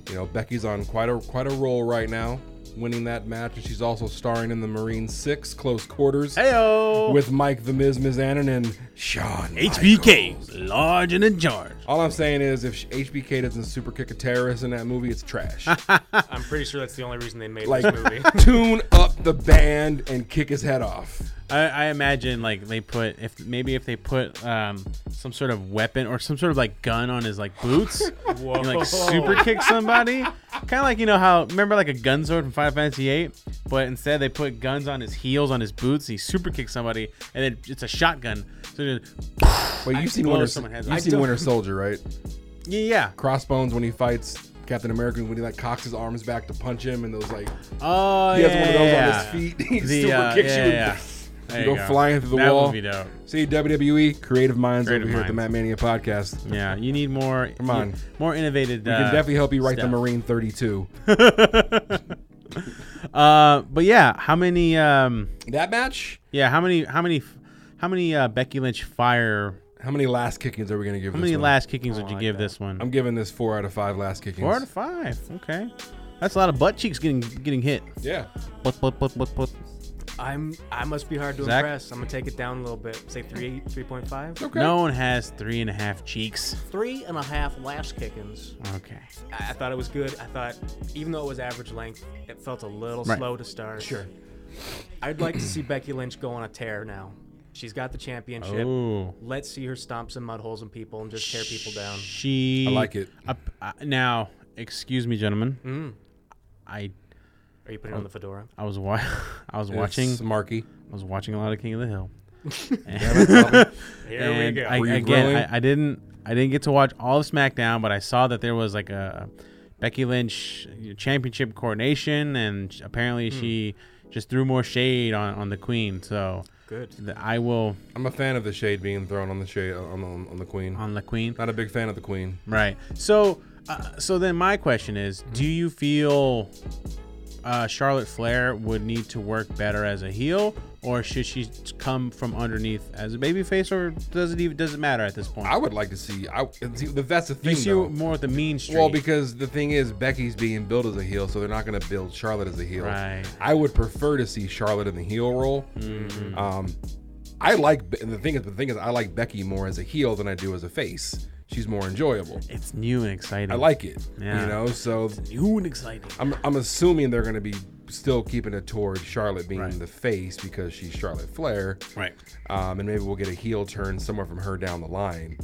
D: you know, Becky's on quite a quite a roll right now, winning that match, and she's also starring in the Marine Six Close Quarters
C: Heyo,
D: with Mike the Miz Mizanin and Sean
C: HBK,
D: Michaels.
C: large and in charge.
D: All I'm saying is, if HBK doesn't super kick a terrorist in that movie, it's trash.
E: I'm pretty sure that's the only reason they made
D: Like,
E: this movie.
D: tune up the band and kick his head off.
C: I, I imagine like they put if maybe if they put um, some sort of weapon or some sort of like gun on his like boots and
E: Whoa.
C: like super kick somebody, kind of like you know how remember like a gun sword from Final Fantasy VIII, but instead they put guns on his heels on his boots. He super kicks somebody and then it's a shotgun. So just,
D: Wait, you've seen
C: blow
D: Winter,
C: someone heads
D: you've
C: off.
D: seen Winter Soldier, right?
C: yeah, yeah.
D: Crossbones when he fights Captain America when he like cocks his arms back to punch him and those like
C: Oh
D: he
C: yeah.
D: has one of those
C: yeah.
D: on his feet. He
C: The,
D: super
C: uh,
D: kicks
C: yeah,
D: you.
C: yeah. There
D: You go, flying through the
C: that
D: wall.
C: Would be dope.
D: See WWE creative minds
C: Creative
D: over here at the Matt
C: minds.
D: Mania podcast.
C: Yeah, you need more.
D: Come on.
C: more innovative.
D: We can
C: uh,
D: definitely help you write
C: stuff.
D: the Marine 32.
C: Uh, but yeah, how many? Um,
D: that match?
C: Yeah, how many how many how many uh, Becky Lynch fire
D: How many last kickings are we gonna give?
C: how
D: this
C: many
D: one?
C: last kickings would you
E: like
C: give
E: that.
C: this one?
D: I'm giving this four out of five last kickings.
C: Four out of five. Okay. That's a lot of butt cheeks getting getting hit.
D: Yeah.
C: Butt, butt, butt, butt, butt.
E: I'm I must be hard to
C: Zach?
E: impress. I'm gonna take it down a little bit. Say three, three point five,
D: Okay.
C: No one has three and a half cheeks.
E: three and a half last kickings.
C: Okay.
E: I, I thought it was good. I thought even though it was average length, it felt a little
C: Right.
E: slow to start.
D: Sure.
E: I'd like to see Becky Lynch go on a tear now. She's got the championship.
C: Oh.
E: Let's see her stomp some mud holes in people and just tear people down.
C: She
D: I like it.
C: Up, uh, now, excuse me, gentlemen.
E: Mm.
C: I
E: Are you putting on the fedora?
C: I was wa- I was watching
D: Watching Marky.
C: I was watching a lot of King of the Hill.
E: Here
C: and I,
D: Were you
C: again,
D: grilling?
C: I, I didn't, I didn't get to watch all of SmackDown, but I saw that there was like a Becky Lynch uh, championship coronation, and apparently she just threw more shade on, on the Queen. So
E: Good.
C: th- I will
D: I'm a fan of the shade being thrown on the shade on the, on the queen.
C: on the Queen.
D: Not a big fan of the queen.
C: Right. So, uh, so then my question is, do you feel uh, Charlotte Flair would need to work better as a heel, or should she come from underneath as a babyface, or does it even does it matter at this point?
D: I would like to see. I see, that's the thing.
C: you see
D: though.
C: more at the mean street.
D: Well, because the thing is, Becky's being billed as a heel, so they're not going to build Charlotte as a heel.
C: Right.
D: I would prefer to see Charlotte in the heel role.
C: Mm-hmm.
D: Um, I like, Be- and the thing is, the thing is, I like Becky more as a heel than I do as a face. She's more enjoyable.
C: It's new and exciting.
D: I like it.
C: Yeah.
D: You know, so
C: new and exciting.
D: I'm, I'm assuming they're going to be still keeping it towards Charlotte being
C: Right.
D: the face because she's Charlotte Flair.
C: Right.
D: Um, and maybe we'll get a heel turn somewhere from her down the line.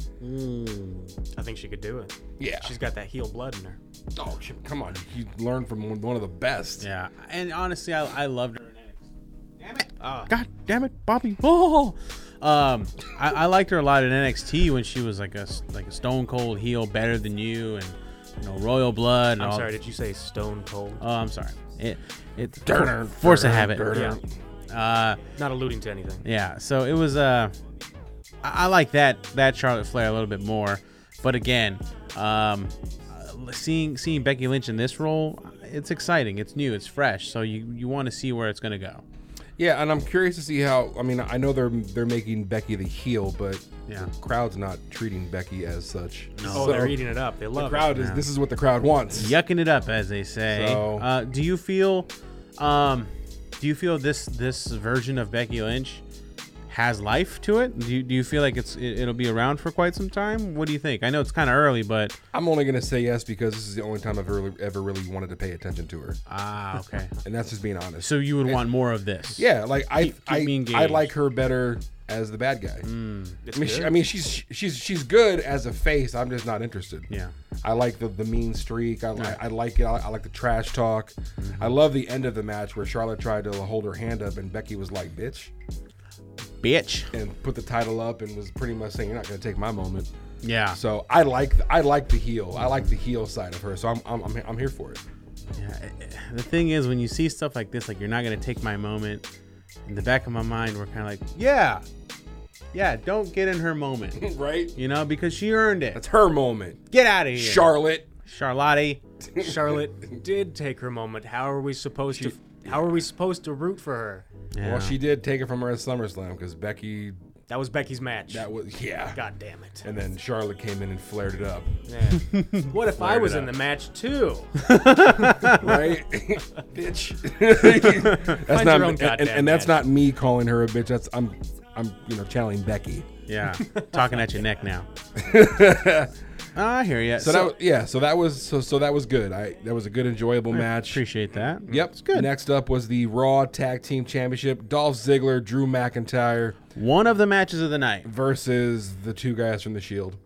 E: I think she could do it.
D: Yeah.
E: She's got that heel blood in her.
D: Oh, she- come on. You learned from one of the best.
C: Yeah. And honestly, I, I loved her. in NXT. Damn it.
E: Ah.
C: God damn it, Bobby. Oh. Um, I, I liked her a lot in NXT when she was like a s- like a stone cold heel, better than you, and you know Royal Blood. And
E: I'm
D: Oh.
C: all-
E: sorry, did you say stone cold?
C: Oh, I'm sorry. It it
D: Durner,
C: force of
D: durner,
C: habit.
D: durner.
C: Yeah. Uh,
E: Not alluding to anything.
C: yeah. So it was uh, I, I like that that Charlotte Flair a little bit more, but again, um, uh, seeing seeing Becky Lynch in this role, it's exciting. It's new. It's fresh. So you you want to see where it's gonna go.
D: Yeah, and I'm curious to see how. I mean, I know they're they're making Becky the heel, but
C: Yeah.
D: the crowd's not treating Becky as such. No,
E: Oh, they're eating it up. They
D: the
E: love
D: crowd is. This is what the crowd wants.
C: Yucking it up, as they say.
D: So-
C: Uh, do you feel, um, do you feel this this version of Becky Lynch? Has life to it? Do you, do you feel like it's it, it'll be around for quite some time? What do you think? I know it's kind of early, but
D: I'm only gonna say yes because this is the only time I've really, ever really wanted to pay attention to her,
C: ah, okay.
D: and that's just being honest.
C: So you would want more of this?
D: yeah, like I
C: Keep- keep
D: I
C: me engaged. Mm,
D: I like her better as the bad guy.
E: It's
D: I mean, she,
E: good.
D: I mean, she's she's she's good as a face. I'm just not interested.
C: Yeah.
D: I like the, the mean streak. I, like I like it. I, I like the trash talk.
C: Mm-hmm.
D: I love the end of the match where Charlotte tried to hold her hand up and Becky was like, "Bitch,"
C: Bitch.
D: and put the title up and was pretty much saying, "You're not gonna take my moment."
C: Yeah.
D: So I like th- I like the heel. I like the heel side of her. So I'm I'm, I'm, I'm here for it.
C: the thing is, when you see stuff like this, like you're not gonna take my moment. In the back of my mind, we're kind of like, yeah, yeah, don't get in her moment,
D: Right?
C: you know, because she earned it.
D: That's her moment.
C: Get out of here,
D: Charlotte.
C: Charlotte.
E: Charlotte did take her moment. How are we supposed to? How are we supposed to root for her?
C: Yeah.
D: Well, she did take it from her at SummerSlam because Becky.
E: That was Becky's match.
D: That was yeah.
E: God damn it.
D: And then Charlotte came in and flared it up.
E: Yeah. what if I
D: Flared
E: was
D: it
E: in the
D: up.
E: match too?
D: right? bitch. that's
E: Find
D: not
E: your own
D: and,
E: goddamn
D: and- and that's
E: match.
D: not me calling her a bitch. That's I'm I'm you know channeling Becky.
C: Yeah, talking at your neck now. Ah, I hear you.
D: So, that was, yeah, so that was so so that was good. I that was a good enjoyable match.
C: appreciate that.
D: Yep,
C: it's good.
D: Next up was the Raw Tag Team Championship: Dolph Ziggler, Drew McIntyre
C: One of the matches of the night.
D: versus the two guys from the Shield.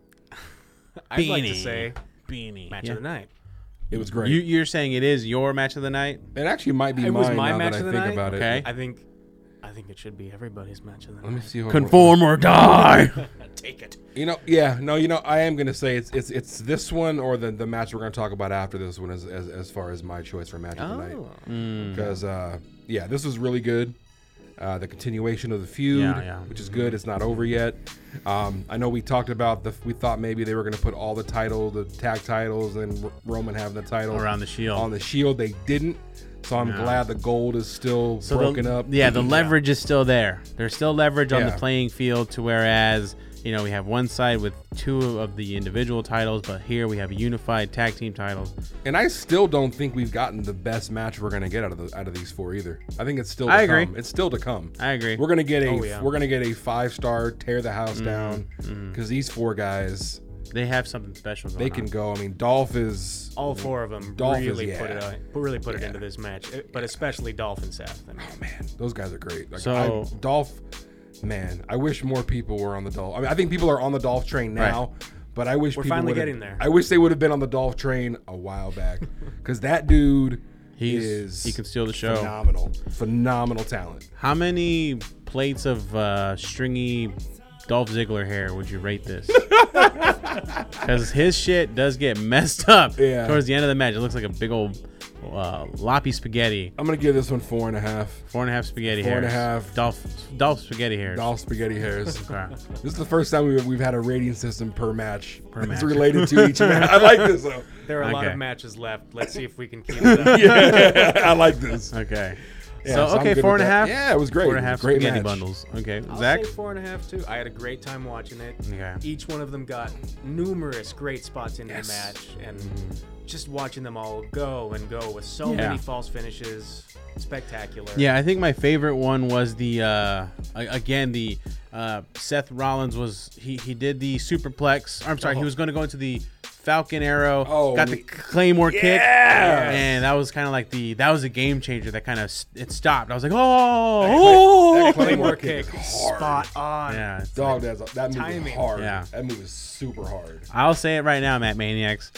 E: I'd like to say
C: beanie
E: match
C: Yeah.
E: of the night.
D: It was great.
C: You, you're saying it is your match of the night?
D: it actually might be
E: It
D: mine
E: was my
D: now
E: match
D: that
E: of the
D: I think
E: night?
D: about
C: Okay.
D: it.
E: I think, I think it should be everybody's match of the
D: Let me
E: night.
D: see. What
C: or die.
E: Take it.
D: You know, yeah, no, you know, I am gonna say it's it's it's this one or the the match we're gonna talk about after this one as as, as far as my choice for match of
C: Oh.
D: the night.
C: Hmm.
D: Because uh, yeah, this was really good. Uh, the continuation of the feud,
C: Yeah, yeah.
D: which is good. It's not over yet. Um, I know we talked about the. We thought maybe they were going to put all the title, the tag titles, and R- Roman having the title
C: Around the Shield.
D: On the shield, they didn't. So I'm glad the gold is still
C: So
D: broken
C: the,
D: up.
C: Yeah, the leverage is still there. There's still leverage on the
D: Yeah.
C: playing field to whereas, you know, we have one side with two of the individual titles, but here we have unified tag team titles.
D: And I still don't think we've gotten the best match we're gonna get out of the, out of these four either. I think it's still. To
C: I agree.
D: Come. It's still to come.
C: I agree.
D: We're gonna get a
E: Oh, yeah.
D: we're gonna get a five star tear the house
C: Mm,
D: down because these four guys
C: They have something special going
D: they can
C: on.
D: go. I mean, Dolph is oh,
E: All four of them
D: Dolph is-
E: really put it
D: yeah.
E: out, really put it into this match, Uh, but especially Dolphin Seth. I mean,
D: man. Those guys are great. Like,
C: So-
D: I, Dolph, man, I wish more people were on the Dolph. I mean, I think people are on the Dolph train now. But I wish
E: We're
D: people
E: finally
D: would've-
E: getting there.
D: I wish they would have been on the Dolph train a while back, because that dude
C: He's-
D: is
C: he can steal the show.
D: Phenomenal, phenomenal talent.
C: How many plates of uh, stringy Dolph Ziggler hair would you rate this? Because his shit does get messed up
D: Yeah.
C: towards the end of the match. It looks like a big old uh, loppy spaghetti.
D: I'm gonna give this one four and a half.
C: Four and a half spaghetti
D: Four and a
C: hairs.
D: half.
C: Dolph, Dolph spaghetti hairs.
D: Dolph spaghetti hairs.
C: Okay.
D: This is the first time we've, we've had a rating system per match. Per
C: match.
D: It's related to each match. I like this though.
E: there are a lot
C: Okay.
E: of matches left. Let's see if we can keep it up.
D: I like this.
C: Okay.
D: Yeah,
C: so,
D: so I'm
C: okay,
D: good
C: four
D: with
C: and a
D: that.
C: half.
D: Yeah, it was great.
C: Four and a
D: It was
C: half
D: a great
C: spaghetti
D: match.
C: bundles. Okay,
E: I'll
C: Zach.
E: say four and a half too. I had a great time watching it.
C: Okay.
E: Each one of them got numerous great spots in
D: Yes.
E: the match, and just watching them all go and go with so
C: Yeah.
E: many false finishes, spectacular.
C: Yeah, I think my favorite one was the uh, a- again the uh, Seth Rollins was he he did the superplex. I'm sorry, he was going to go into the Falcon Arrow.
D: Oh,
C: got the
D: we-
C: Claymore kick.
D: Yes!
C: and that was kind of like the that was a game changer. That kind of it stopped. I was like, oh,
D: That
E: Claymore
D: Claymore
E: kick,
D: kick is hard.
E: spot on.
C: yeah. it's-
D: Dog, that's, that move
E: Timing.
D: is hard.
C: Yeah.
D: That move is super hard.
C: I'll say it right now, Matt Maniacs.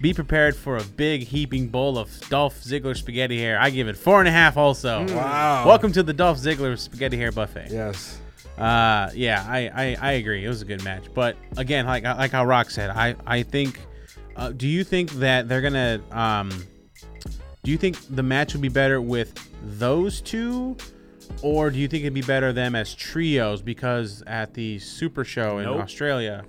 C: Be prepared for a big heaping bowl of Dolph Ziggler spaghetti hair. I give it four and a half. Also, Mm.
D: Wow.
C: Welcome to the Dolph Ziggler spaghetti hair buffet.
D: Yes.
C: Uh, yeah, I, I, I agree. It was a good match, but again, like like how Rock said, I I think. Uh, do you think that they're gonna? Um, do you think the match would be better with those two, or do you think it'd be better them as trios? Because at the Super Show in
E: Nope.
C: Australia,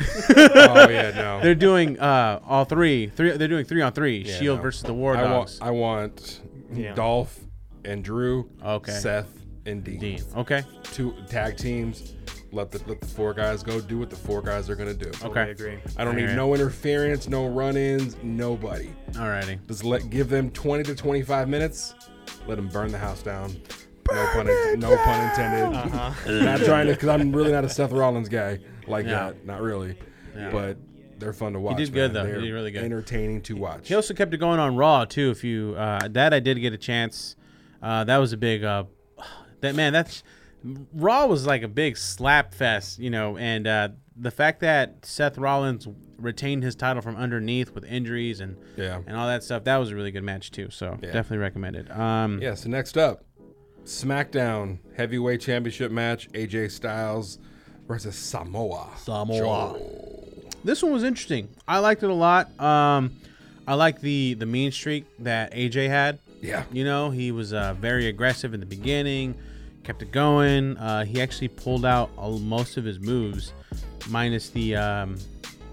D: Oh yeah, no.
C: they're doing uh all three three. They're doing three on three.
D: Yeah,
C: Shield
D: no.
C: E versus the War
D: I want
C: Dogs.
D: I want
E: Yeah.
D: Dolph and Drew.
C: Okay.
D: Seth and Dean.
C: Dean. Okay.
D: Two tag teams. Let the let the four guys go. Do what the four guys are gonna do.
C: Okay.
E: I agree.
D: I don't need
C: Alright.
D: no interference, no run-ins, nobody.
C: Alrighty.
D: Just let give them 20 to 25 minutes. Let them burn the house down. no pun, in- no pun intended. not trying to, because I'm really not a Seth Rollins guy like
C: Uh-huh. Yeah.
D: that. Not really. But they're fun to watch.
C: did
D: man.
C: good, though. He
D: They're
C: did really good.
D: Entertaining to watch.
C: He also kept it going on Raw too. If you uh, that I did get a chance. Uh, that was a big uh, that man. That's Raw was like a big slap fest, you know, and uh, the fact that Seth Rollins retained his title from underneath with injuries and
D: Yeah.
C: and all that stuff, that was a really good match too. So definitely recommend it. Um,
D: Yeah, so next up, SmackDown Heavyweight Championship match, AJ Styles versus Samoa.
C: Samoa.
D: Joe.
C: This one was interesting. I liked it a lot. Um, I like the the mean streak that AJ had.
D: Yeah.
C: You know, he was uh, very aggressive in the beginning, kept it going. Uh, he actually pulled out all, most of his moves, minus the. Um,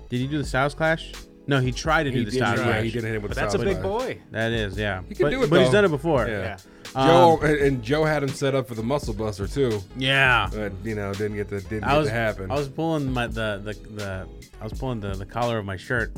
C: did he do the Styles Clash? No, he tried to do the
D: did,
C: Styles
D: yeah,
C: Clash.
D: he did hit him with
E: But
D: the
E: that's a
D: side
E: big
D: eye.
E: boy.
C: That is, yeah.
D: He can
C: but,
D: do it,
C: but he's
D: though.
C: done it before.
D: Yeah.
C: Um,
D: Joe and- and Joe had him set up for the muscle buster too,
C: Yeah.
D: but uh, you know didn't get the didn't
C: I
D: get
C: was
D: to happen.
C: I was pulling my the the, the I was pulling the, the collar of my shirt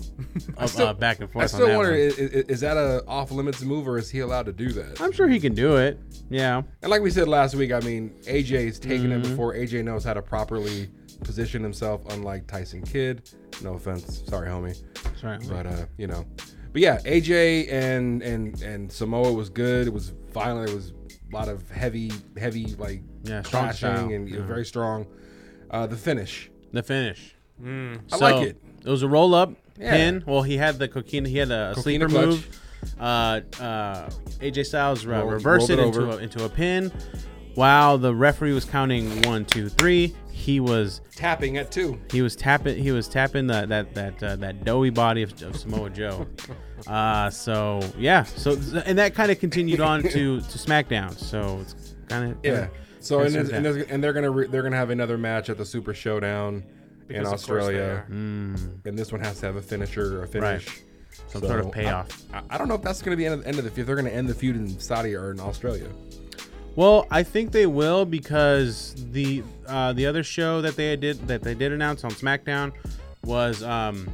C: up,
D: still-
C: uh, back and
D: I
C: forth. on
D: still
C: that
D: wonder
C: one.
D: is, is that a off limits move or is he allowed to do that?
C: I'm sure he can do it. Yeah.
D: And like we said last week, I mean, AJ's taking
C: Mm-hmm.
D: it before AJ knows how to properly position himself, unlike Tyson Kidd. No offense, sorry, homie.
C: right.
D: But uh, you know. But yeah, AJ and and and Samoa was good. It was violent. It was a lot of heavy, heavy like
C: Yeah, strong style.
D: clashing and you know, very strong. Uh, the finish.
C: The finish.
D: I like it.
C: It was a roll up
D: Yeah.
C: pin. Well, he had the coquina. He had a sleeper
D: clutch.
C: move. Uh, uh, AJ Styles uh,
D: Rolled-
C: reversed
D: rolled
C: it,
D: it
C: into
D: over.
C: a, into a pin. While the referee was counting one, two, three, he was
D: Tapping at two.
C: he was tapping he was tapping the, that that uh, that doughy body of, of Samoa Joe. Uh, so yeah, so and that kind of continued on to to SmackDown. So it's kind of
D: Yeah. So and, it's- and, there's- and they're gonna re- they're gonna have another match at the Super Showdown
E: Because
D: in
E: of course they
D: Australia,
E: are.
D: and this one has to have a finisher or a finish.
C: Mm. some sort
D: So,
C: of payoff.
D: I, I don't know if that's going to be end of, end of the feud. They're going to end the feud in Saudi or in Australia. Oh,
C: Well, I think they will because the uh, the other show that they did that they did announce on SmackDown was um,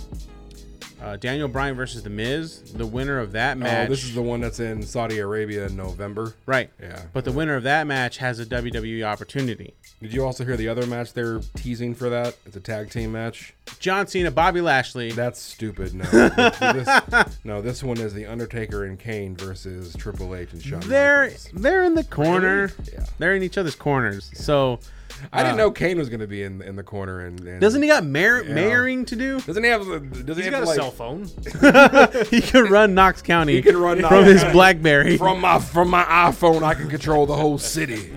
C: uh, Daniel Bryan versus The Miz. The winner of that match,
D: Oh, this is the one that's in Saudi Arabia in November.
C: right?
D: Yeah.
C: But the winner of that match has a WWE opportunity.
D: Did you also hear the other match they're teasing for that? It's a tag team match.
C: John Cena, Bobby Lashley.
D: That's stupid. No, this, no, this one is the Undertaker and Kane versus Triple H and Shawn.
C: they're
D: Michaels.
C: they're in the corner.
D: Yeah.
C: They're in each other's corners. So
D: I didn't know Kane was going to be in in the corner. And, and
C: Uh, doesn't he got mar-
D: Yeah.
C: marrying to do?
D: Doesn't he have? Doesn't he
E: He's
D: have
E: got a
D: like,
E: cell phone.
C: he could run Knox County.
D: He could run
C: from
D: Knox
C: his
D: County.
C: BlackBerry.
D: From my from my iPhone, I can control the whole city.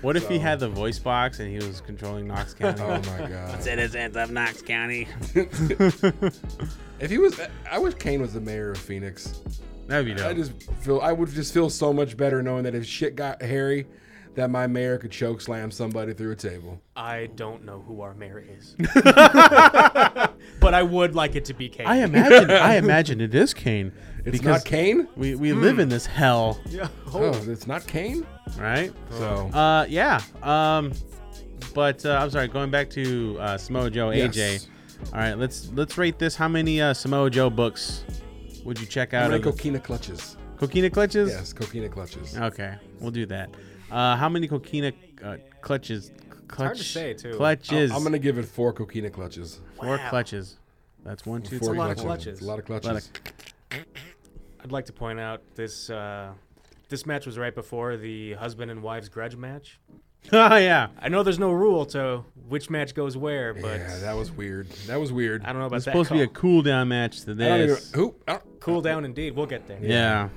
C: What if he had the voice box and he was controlling Knox County?
D: Oh my god.
C: Citizens of Knox County.
D: If he was, I wish Kane was the mayor of Phoenix.
C: That'd be dope.
D: I just feel I would just feel so much better knowing that if shit got hairy, that my mayor could choke slam somebody through a table.
E: I don't know who our mayor is. but I would like it to be Kane.
C: I imagine. I imagine it is Kane.
D: It's not Kane.
C: We, we live in this hell,
E: Yeah.
D: Oh, it's not Kane.
C: right?
D: So
C: Uh, yeah. Um, but uh, I'm sorry. Going back to uh, Samoa Joe,
D: Yes.
C: AJ. All right, let's let's rate this. How many uh, Samoa Joe books would you check
D: how
C: out?
D: many
C: Of
D: coquina clutches?
C: coquina clutches.
D: Yes, coquina clutches.
C: Okay, we'll do that. Uh, how many coquina uh, clutches? Clutch,
E: hard to say, too.
C: Clutches.
D: I'm gonna give it four coquina clutches.
C: Four clutches. That's one, two,
D: Four
C: three,
E: lot of
C: four.
E: clutches.
D: It's a lot of clutches.
C: Lot of-
E: I'd like to point out this uh, this match was right before the husband and wives grudge match.
C: oh yeah.
E: I know there's no rule to which match goes where, but
D: yeah, that was weird. That was weird.
E: I don't know about
C: It's
E: that.
C: supposed to be a
E: call.
C: cool down match to
D: I don't even,
C: this.
D: who? I don't-
E: cool down indeed. We'll get there.
C: yeah.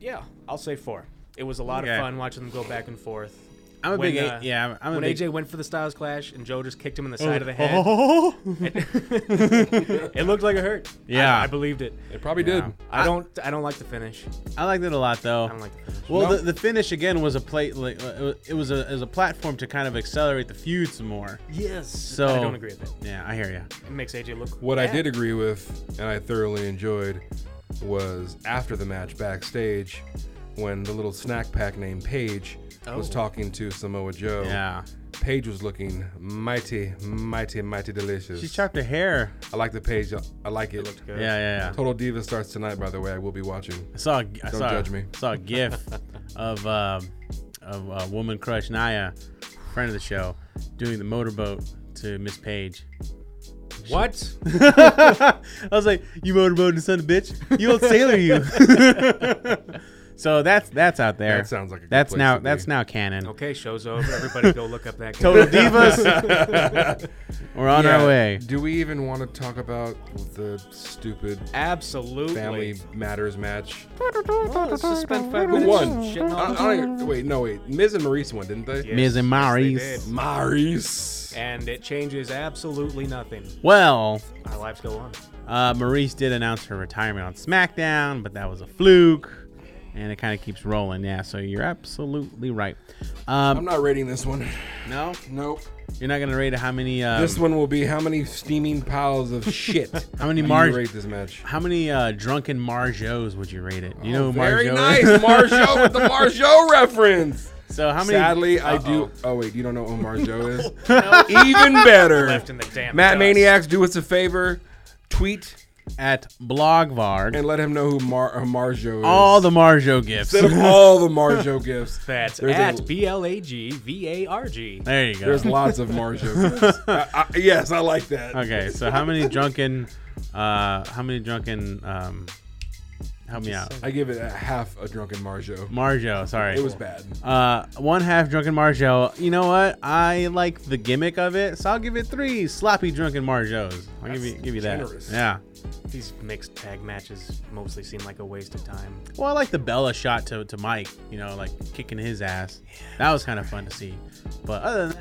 E: Yeah, I'll say four. It was a lot
C: Okay.
E: of fun watching them go back and forth.
C: I'm a
E: When,
C: big.
E: uh,
C: A- yeah, I'm a
E: when
C: big.
E: AJ went for the Styles Clash and Joe just kicked him in the side of the head,
C: Oh,
E: it looked like it hurt.
C: Yeah.
E: I, I believed it.
D: It probably did.
E: I don't. I don't like the finish.
C: I liked it a lot though.
E: I don't like the finish.
C: well,
D: No.
C: the, the finish again was a plate. Like uh, it wa- it was a it was a platform to kind of accelerate the feud some more.
E: Yes.
C: So
E: I don't agree with it.
C: Yeah, I hear you.
E: It makes AJ look.
D: What I
E: bad.
D: did agree with, and I thoroughly enjoyed, was after the match backstage when the little snack pack named Paige was talking to Samoa Joe.
C: Oh. Yeah.
D: Paige was looking mighty, mighty, mighty delicious.
C: She chopped her hair.
D: I like the Paige. I like it. looked
C: Yeah, yeah, yeah.
D: Total Diva starts tonight, by the way. I will be watching.
C: I saw. A, I
D: Don't
C: saw,
D: judge me.
C: Saw a gif of um, of uh, woman crush Naya, friend of the show, doing the motorboat to Miss Page.
E: What?
C: I was like, "You motorboat and son of a bitch, you old sailor, you." So that's that's out there.
D: That sounds like a good
C: that's
D: place
C: now
D: to be.
C: that's now canon.
E: Okay, show's over. Everybody go look up that game.
C: Total divas. We're on
D: Yeah.
C: our way.
D: Do we even want to talk about the stupid
E: Absolutely.
D: Family Matters match?
E: Well, let's just spend five
D: Who
E: minutes
D: won?
E: shitting
D: I,
E: on
D: I
E: it.
D: don't even- wait, no, wait. Miz and Maurice won, didn't they?
E: Yes,
C: Miz and
E: yes, they
C: Maurice.
E: did.
D: Maurice.
E: And it changes absolutely nothing.
C: Well,
E: Our lives go on.
C: uh, Maurice did announce her retirement on SmackDown, but that was a fluke, and it kind of keeps rolling. Yeah, so you're absolutely right. Um,
D: I'm not rating this one.
C: no,
D: Nope.
C: you're not gonna rate it how many um,
D: this one will be how many steaming piles of shit.
C: How many
D: do you
C: Mar-
D: rate this match?
C: how many uh, drunken Marjos would you rate it? You know,
D: Oh,
C: who
D: very
C: Marjo
D: nice,
C: is?
D: Marjo with the Marjo reference.
C: so how many?
D: Sadly, I do. Oh wait, you don't know who Marjo is. Even better.
E: Left in the damn
D: Matt
E: dust.
D: Maniacs, do us a favor, tweet
C: at Blogvard,
D: and let him know who Mar- uh, Marjo is.
C: all the Marjo gifts.
D: Send him all the Marjo gifts.
E: That's
D: There's a-
E: at B L A G V A R G.
C: there you go.
D: There's lots of Marjo gifts. I, I, yes, I like that.
C: Okay, so how many drunken, uh, how many drunken, um, help me out.
D: I give it a half a drunken Marjo.
C: Marjo, sorry.
D: It was bad.
C: Uh, one half drunken Marjo. You know what? I like the gimmick of it, so I'll give it three sloppy drunken Marjos. I'll give you give you that.
D: generous.
C: Yeah.
E: These mixed tag matches mostly seem like a waste of time.
C: Well, I like the Bella shot to, to Mike. You know, like kicking his ass. That was kind of fun to see. But other than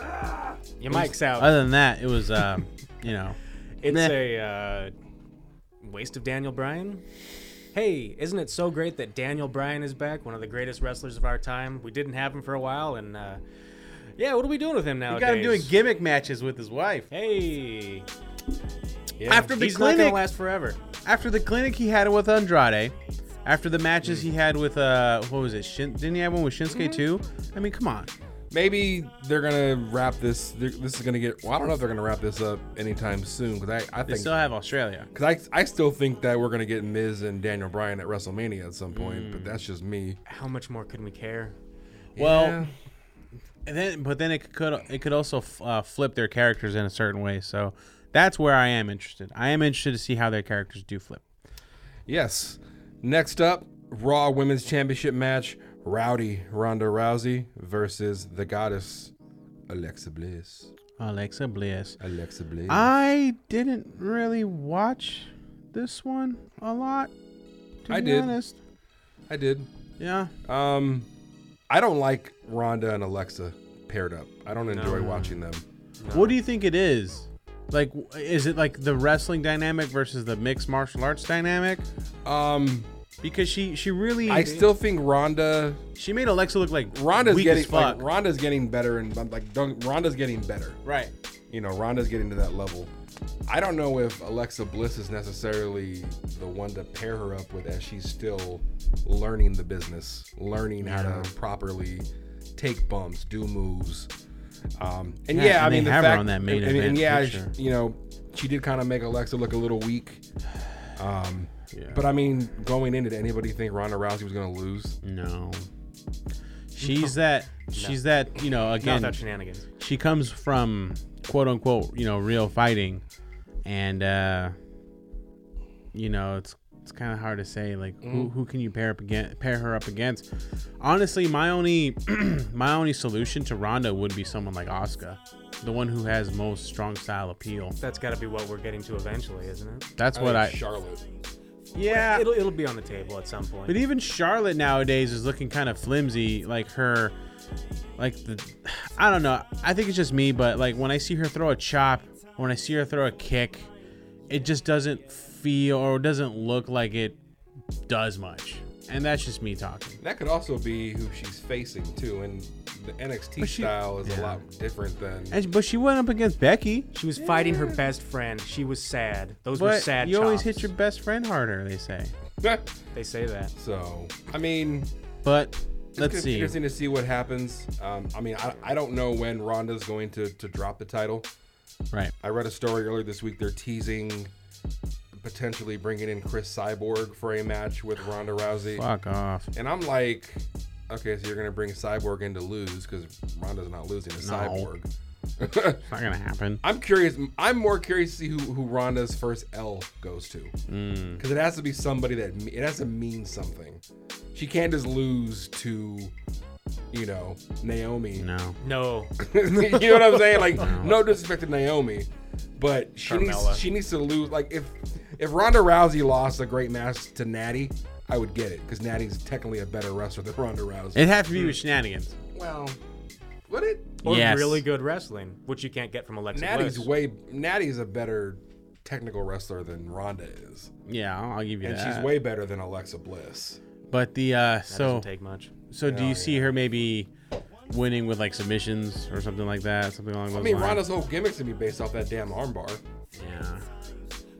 C: that,
E: Your mic's out.
C: other than that, it was um, you know,
E: It's
C: Meh.
E: a uh, waste of Daniel Bryan. Hey, isn't it so great that Daniel Bryan is back? One of the greatest wrestlers of our time. We didn't have him for a while, and uh, yeah, what are we doing with him now?
C: you got him doing gimmick matches with his wife.
E: Hey,
C: After the
E: he's not
C: clinic,
E: gonna last forever.
C: after the clinic he had with Andrade, after the matches he had with uh, what was it? Shin- didn't he have one with
D: Mm-hmm.
C: Shinsuke too? I mean, come on.
D: Maybe they're gonna wrap this. they're- This is gonna get. Well, I don't know if they're gonna wrap this up anytime soon because I, I
C: They
D: think
C: still have Australia.
D: because I, I still think that we're gonna get Miz and Daniel Bryan at WrestleMania at some point. But that's just me.
E: How much more can we care?
C: Mm. Well, and then but then it could it could also f- uh, flip their characters in a certain way. So that's where I am interested. I am interested to see how their characters do flip.
D: Yes. Next up, Raw Women's Championship match: Rowdy Ronda Rousey versus the Goddess Alexa Bliss.
C: Alexa Bliss.
D: Alexa Bliss.
C: I didn't really watch this one a lot. To
D: I
C: be
D: did.
C: honest.
D: I did.
C: Yeah.
D: Um, I don't like Ronda and Alexa paired up. I don't enjoy watching them.
C: What do you think it is? Like, w- is it like the wrestling dynamic versus the mixed martial arts dynamic?
D: Um,
C: Because she she really
D: I still think Ronda
C: she made Alexa look like
D: Ronda's
C: weak
D: getting
C: as
D: like
C: fuck.
D: Ronda's getting better and I'm like don't, Ronda's getting better.
C: right.
D: You know, Ronda's getting to that level. I don't know if Alexa Bliss is necessarily the one to pair her up with as she's still learning the business, learning how to properly take bumps, do moves. Um, and yeah,
C: Yeah,
D: I
C: and they
D: mean the
C: have her
D: fact,
C: on that main
D: and, and
C: event
D: yeah,
C: picture.
D: you know, she did kind of make Alexa look a little weak. Um, But I mean, going in, did anybody think Ronda Rousey was going to lose?
C: No. She's that she's that you know
E: Not
C: again
E: without shenanigans.
C: she comes from quote unquote you know real fighting, and uh you know it's it's kind of hard to say like who who can you pair up again pair her up against. Honestly, my only my only solution to Ronda would be someone like Oscar, the one who has most strong style appeal.
E: That's got to be what we're getting to eventually, isn't it?
C: That's what I
D: think Charlotte.
C: yeah.
E: It'll it'll be on the table at some point.
C: But even Charlotte nowadays is looking kind of flimsy. Like her, like the, I don't know. I think it's just me, but like when I see her throw a chop, when I see her throw a kick, it just doesn't feel or doesn't look like it does much. And that's just me talking.
D: That could also be who she's facing too, and the NXT
C: But she-
D: style is
C: yeah.
D: a lot different than.
C: And, but she went up against Becky.
E: she was fighting her best friend. She was sad. Those were
C: But
E: sad.
C: you always
E: chops.
C: hit your best friend harder, they say.
E: They say that.
D: so, I mean,
C: But let's
D: it's
C: see.
D: interesting to see what happens. Um, I mean, I, I don't know when Ronda's going to to drop the title.
C: Right.
D: I read a story earlier this week. They're teasing potentially bringing in Chris Cyborg for a match with Ronda Rousey,
C: Fuck off.
D: and I'm like, okay, so you're gonna bring Cyborg in to lose because Ronda's not losing to Cyborg.
C: It's not gonna happen.
D: I'm curious. I'm more curious to see who, who Ronda's first L goes to, because it has to be somebody that me- it has to mean something. She can't just lose to, you know, Naomi.
C: No.
E: No,
D: you know what I'm saying? Like, no disrespect to Naomi, but she
E: Carmella.
D: needs she needs to lose. Like, if if Ronda Rousey lost a great match to Natty, I would get it because Natty's technically a better wrestler than Ronda Rousey.
C: It'd have to be with shenanigans.
D: well, would it?
E: or
C: Yes.
E: really good wrestling, which you can't get from Alexa
D: Natty's
E: Bliss.
D: way Natty's a better technical wrestler than Ronda is,
C: Yeah, I'll, I'll give you
D: and
C: that.
D: she's way better than Alexa Bliss.
C: but the uh,
E: That
C: so
E: doesn't take much.
C: so do you see her maybe winning with like submissions or something like that, something along those
D: I mean,
C: lines?
D: Ronda's whole gimmick's gonna be based off that damn armbar.
C: yeah,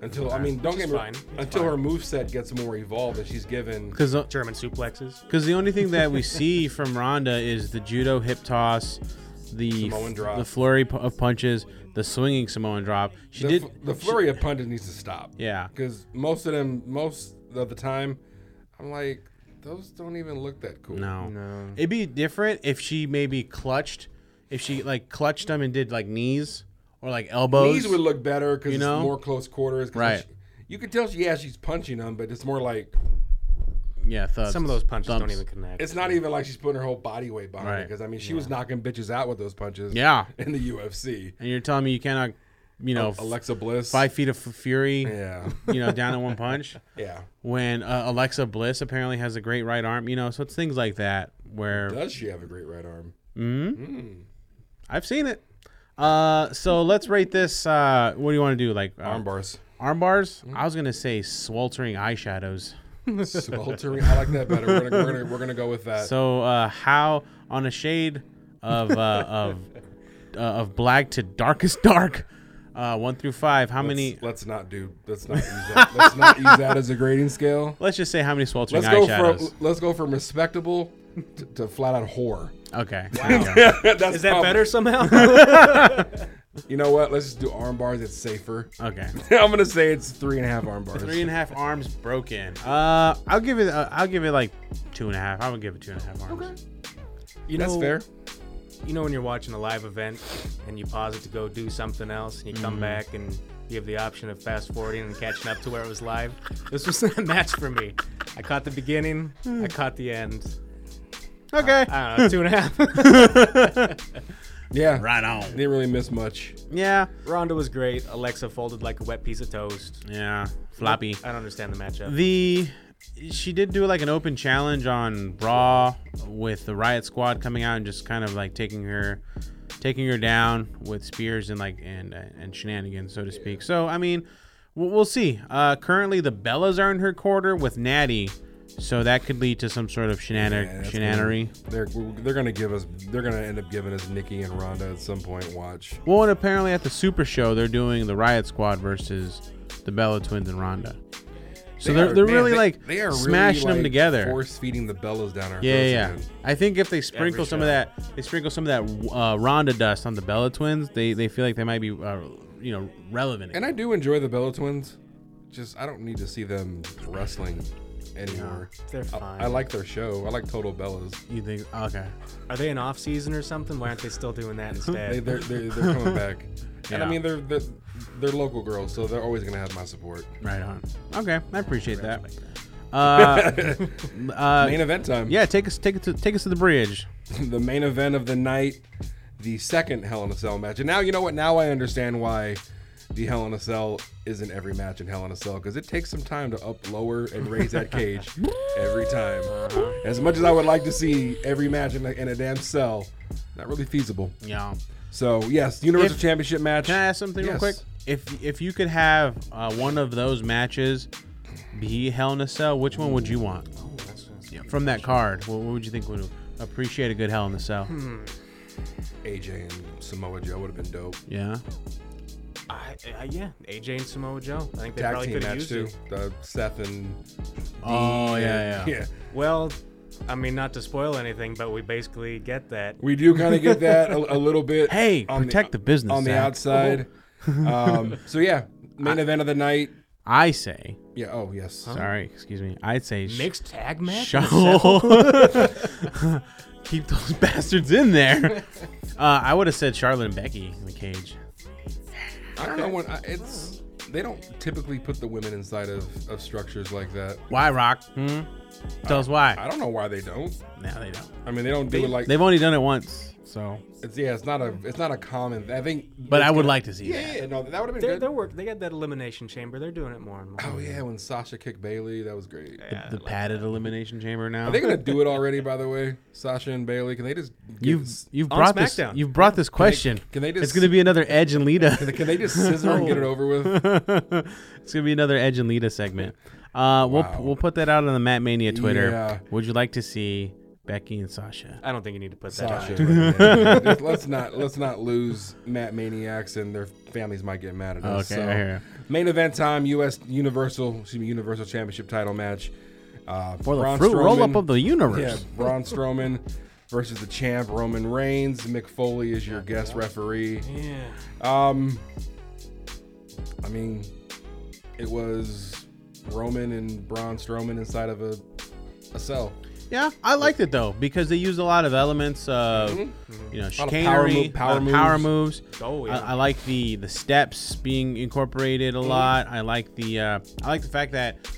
D: Until I mean, don't
E: Which
D: get
E: is
D: me
E: fine. It's
D: until
E: fine.
D: her moveset gets more evolved and she's given
C: because
E: German suplexes.
C: Because uh, the only thing that we see from Ronda is the judo hip toss, the
D: Samoan drop.
C: the flurry pu- of punches, the swinging Samoan drop. She
D: the,
C: did.
D: fl- the flurry of punches needs to stop.
C: Yeah.
D: because most of them, most of the time, I'm like, those don't even look that cool.
C: no. It'd be different if she maybe clutched, if she like clutched them and did like knees or like elbows.
D: knees would look better because
C: You know?
D: it's more close quarters. 'cause
C: Right.
D: she- you could tell, she, yeah, she's punching them, but it's more like
C: yeah, thuds,
E: Some of those punches don't
C: thumps.
E: even connect.
D: it's not even like she's putting her whole body weight behind it.
C: Right.
D: Because I mean, she was knocking bitches out with those punches.
C: Yeah,
D: in the UFC,
C: and you're telling me you cannot, you know, f-
D: Alexa Bliss.
C: five feet of f- fury,
D: Yeah,
C: you know, down in one punch.
D: yeah.
C: When uh, Alexa Bliss apparently has a great right arm, you know, so it's things like that where
D: Does she have a great right arm?
C: I've seen it. Uh, so let's rate this. Uh, what do you want to do? Like uh,
D: Arm bars. Mm-hmm.
C: Arm bars. I was gonna say sweltering eyeshadows.
D: Sweltering. I like that better. We're gonna, we're gonna, we're gonna go with that.
C: So uh, how on a shade of uh, of uh, of black to darkest dark, uh, one through five. How
D: Let's-
C: many?
D: Let's not do. Let's not use that. let's not use that as a grading scale.
C: Let's just say how many sweltering
D: Let's go
C: eyeshadows.
D: from let's go from respectable to, to flat out whore.
C: okay. there you go.
D: That's
E: Is that
D: probably-
E: better somehow?
D: You know what? Let's just do arm bars. It's safer.
C: Okay.
D: I'm gonna say it's three and a half arm bars.
C: Three and a half arms broken. Uh, I'll give it. Uh, I'll give it like two and a half. I would give it two and a half arms.
E: you
D: That's
E: know,
D: fair.
E: You know when you're watching a live event and you pause it to go do something else, and you
C: Mm-hmm.
E: come back and you have the option of fast forwarding and catching up to where it was live. This was that match for me. I caught the beginning.
C: Hmm.
E: I caught the end.
C: Okay.
E: I don't know, two and a half.
D: Yeah.
C: right on.
D: Didn't really miss much.
C: Yeah.
E: Ronda was great. Alexa folded like a wet piece of toast.
C: Yeah. Floppy.
E: I don't understand the matchup.
C: The she did do like an open challenge on Raw with the Riot Squad coming out and just kind of like taking her taking her down with spears and like and uh, and shenanigans so to speak. So I mean, we'll, we'll see. Uh, currently the Bellas are in her quarter with Natty, so that could lead to some sort of
D: Yeah,
C: shenan-
D: that's
C: shenanery.
D: gonna- They're they're gonna give us. They're gonna end up giving us Nikki and Ronda at some point. Watch.
C: Well, and apparently at the Super Show they're doing the Riot Squad versus the Bella Twins and Ronda. So
D: They
C: they are
D: are-
C: they're
D: man,
C: really
D: they-
C: like
D: they are really,
C: smashing them
D: like,
C: together.
D: Force feeding the bellas down our
C: Yeah,
D: throats
C: yeah. yeah.
D: again.
C: I think if they sprinkle some of
E: show.
C: that, they sprinkle some of that uh, Rhonda dust on the Bella twins. They they feel like they might be, uh, you know, relevant.
D: And I do enjoy the Bella Twins. Just I don't need to see them wrestling anymore.
E: They're
D: I-
E: fine.
D: I, like their show. I like Total Bellas.
C: you think oh, okay?
E: Are they in off season or something? Why aren't they still doing that
D: They,
E: instead?
D: they're, they're, they're coming back. And
C: Yeah.
D: I mean, they're, they're they're local girls, so they're always gonna have my support.
C: Right on. Okay, I appreciate that. Uh, uh,
D: Main event time.
C: yeah, take us take us to, take us to the bridge.
D: the main event of the night, the second Hell in a Cell match. And now you know what? Now I understand why the Hell in a Cell isn't every match in Hell in a Cell because it takes some time to up, lower, and raise that cage every time.
E: Uh-huh.
D: As much as I would like to see every match in a, in a damn cell, not really feasible.
C: Yeah.
D: So yes, Universal
C: If-
D: Championship match.
C: Can I ask something real
D: Yes.
C: quick? If if you could have uh, one of those matches be Hell in a Cell, which one would you want?
D: Oh,
C: Yeah, from that card, what, what would you think would appreciate a good Hell in a Cell?
D: Hmm. AJ and Samoa Joe would have been dope.
C: Yeah.
E: I, I, yeah, AJ and Samoa Joe. I think they
D: Tag
E: probably
D: team
E: could have
D: match
E: used
D: too.
E: it.
D: The Seth and
C: Oh
D: and- yeah.
E: Well, I mean, not to spoil anything, but we basically get that.
D: We do kind of get that a, a little bit.
C: Hey,
D: on
C: protect the business,
D: on the
C: Zach.
D: outside. um, so yeah, main event of the night.
C: I say,
D: Yeah. Oh yes.
C: sorry, excuse me. I'd say sh-
E: Mixed tag match?
C: shut- Keep those bastards in there. Uh, I would have said Charlotte and Becky in the cage.
D: I don't know when I, it's. They don't typically put the women inside of, of structures like that.
C: Why Rock? Hmm? Tell us why.
D: I don't know why they don't.
C: No, they don't.
D: I mean, they don't do it like
C: They've only done it once, so.
D: it's, yeah. It's not a it's not a common. I think.
C: But
D: it's
C: I would
D: gonna-
C: like to see
D: Yeah,
C: that.
D: yeah, yeah, no, that would have been
E: They're,
D: good.
E: they're work. They got that elimination chamber. They're doing it more and more.
D: oh yeah, when Sasha kicked Bailey, that was great.
E: Yeah,
C: the padded elimination chamber now.
D: Are they gonna do it already? By the way, Sasha and Bailey, can they just give
C: You've
D: us-
C: you've
E: on
C: brought this
E: SmackDown.
C: you've brought this question.
D: can they
C: it's
D: just-
C: gonna be another Edge and Lita.
D: can they just scissor and get it over with?
C: it's gonna be another Edge and Lita segment.
D: Wow.
C: Uh, we'll we'll put that out on the Matt Mania Twitter.
D: Yeah.
C: Would you like to see Becky and Sasha?
E: I don't think you need to put that.
D: Sasha,
E: on.
D: right there. let's not let's not lose Matt Maniacs and their families might get mad at us.
C: Okay, I hear
D: main event time: U.S. Universal, excuse me, Universal Championship title match. Uh,
C: For the
D: Braun
C: fruit roll up
D: Strowman-
C: of the universe.
D: Yeah, Braun Strowman versus the champ Roman Reigns. Mick Foley is your guest referee.
E: Yeah.
D: Um, I mean, it was Roman and Braun Strowman inside of a a cell.
C: Yeah, I liked it though because they used a lot of elements of you know
D: power
C: chicanery,
D: move- power
C: a lot of power moves.
E: Oh, yeah.
C: I, I like the the steps being incorporated a lot. I like the uh, I like the fact that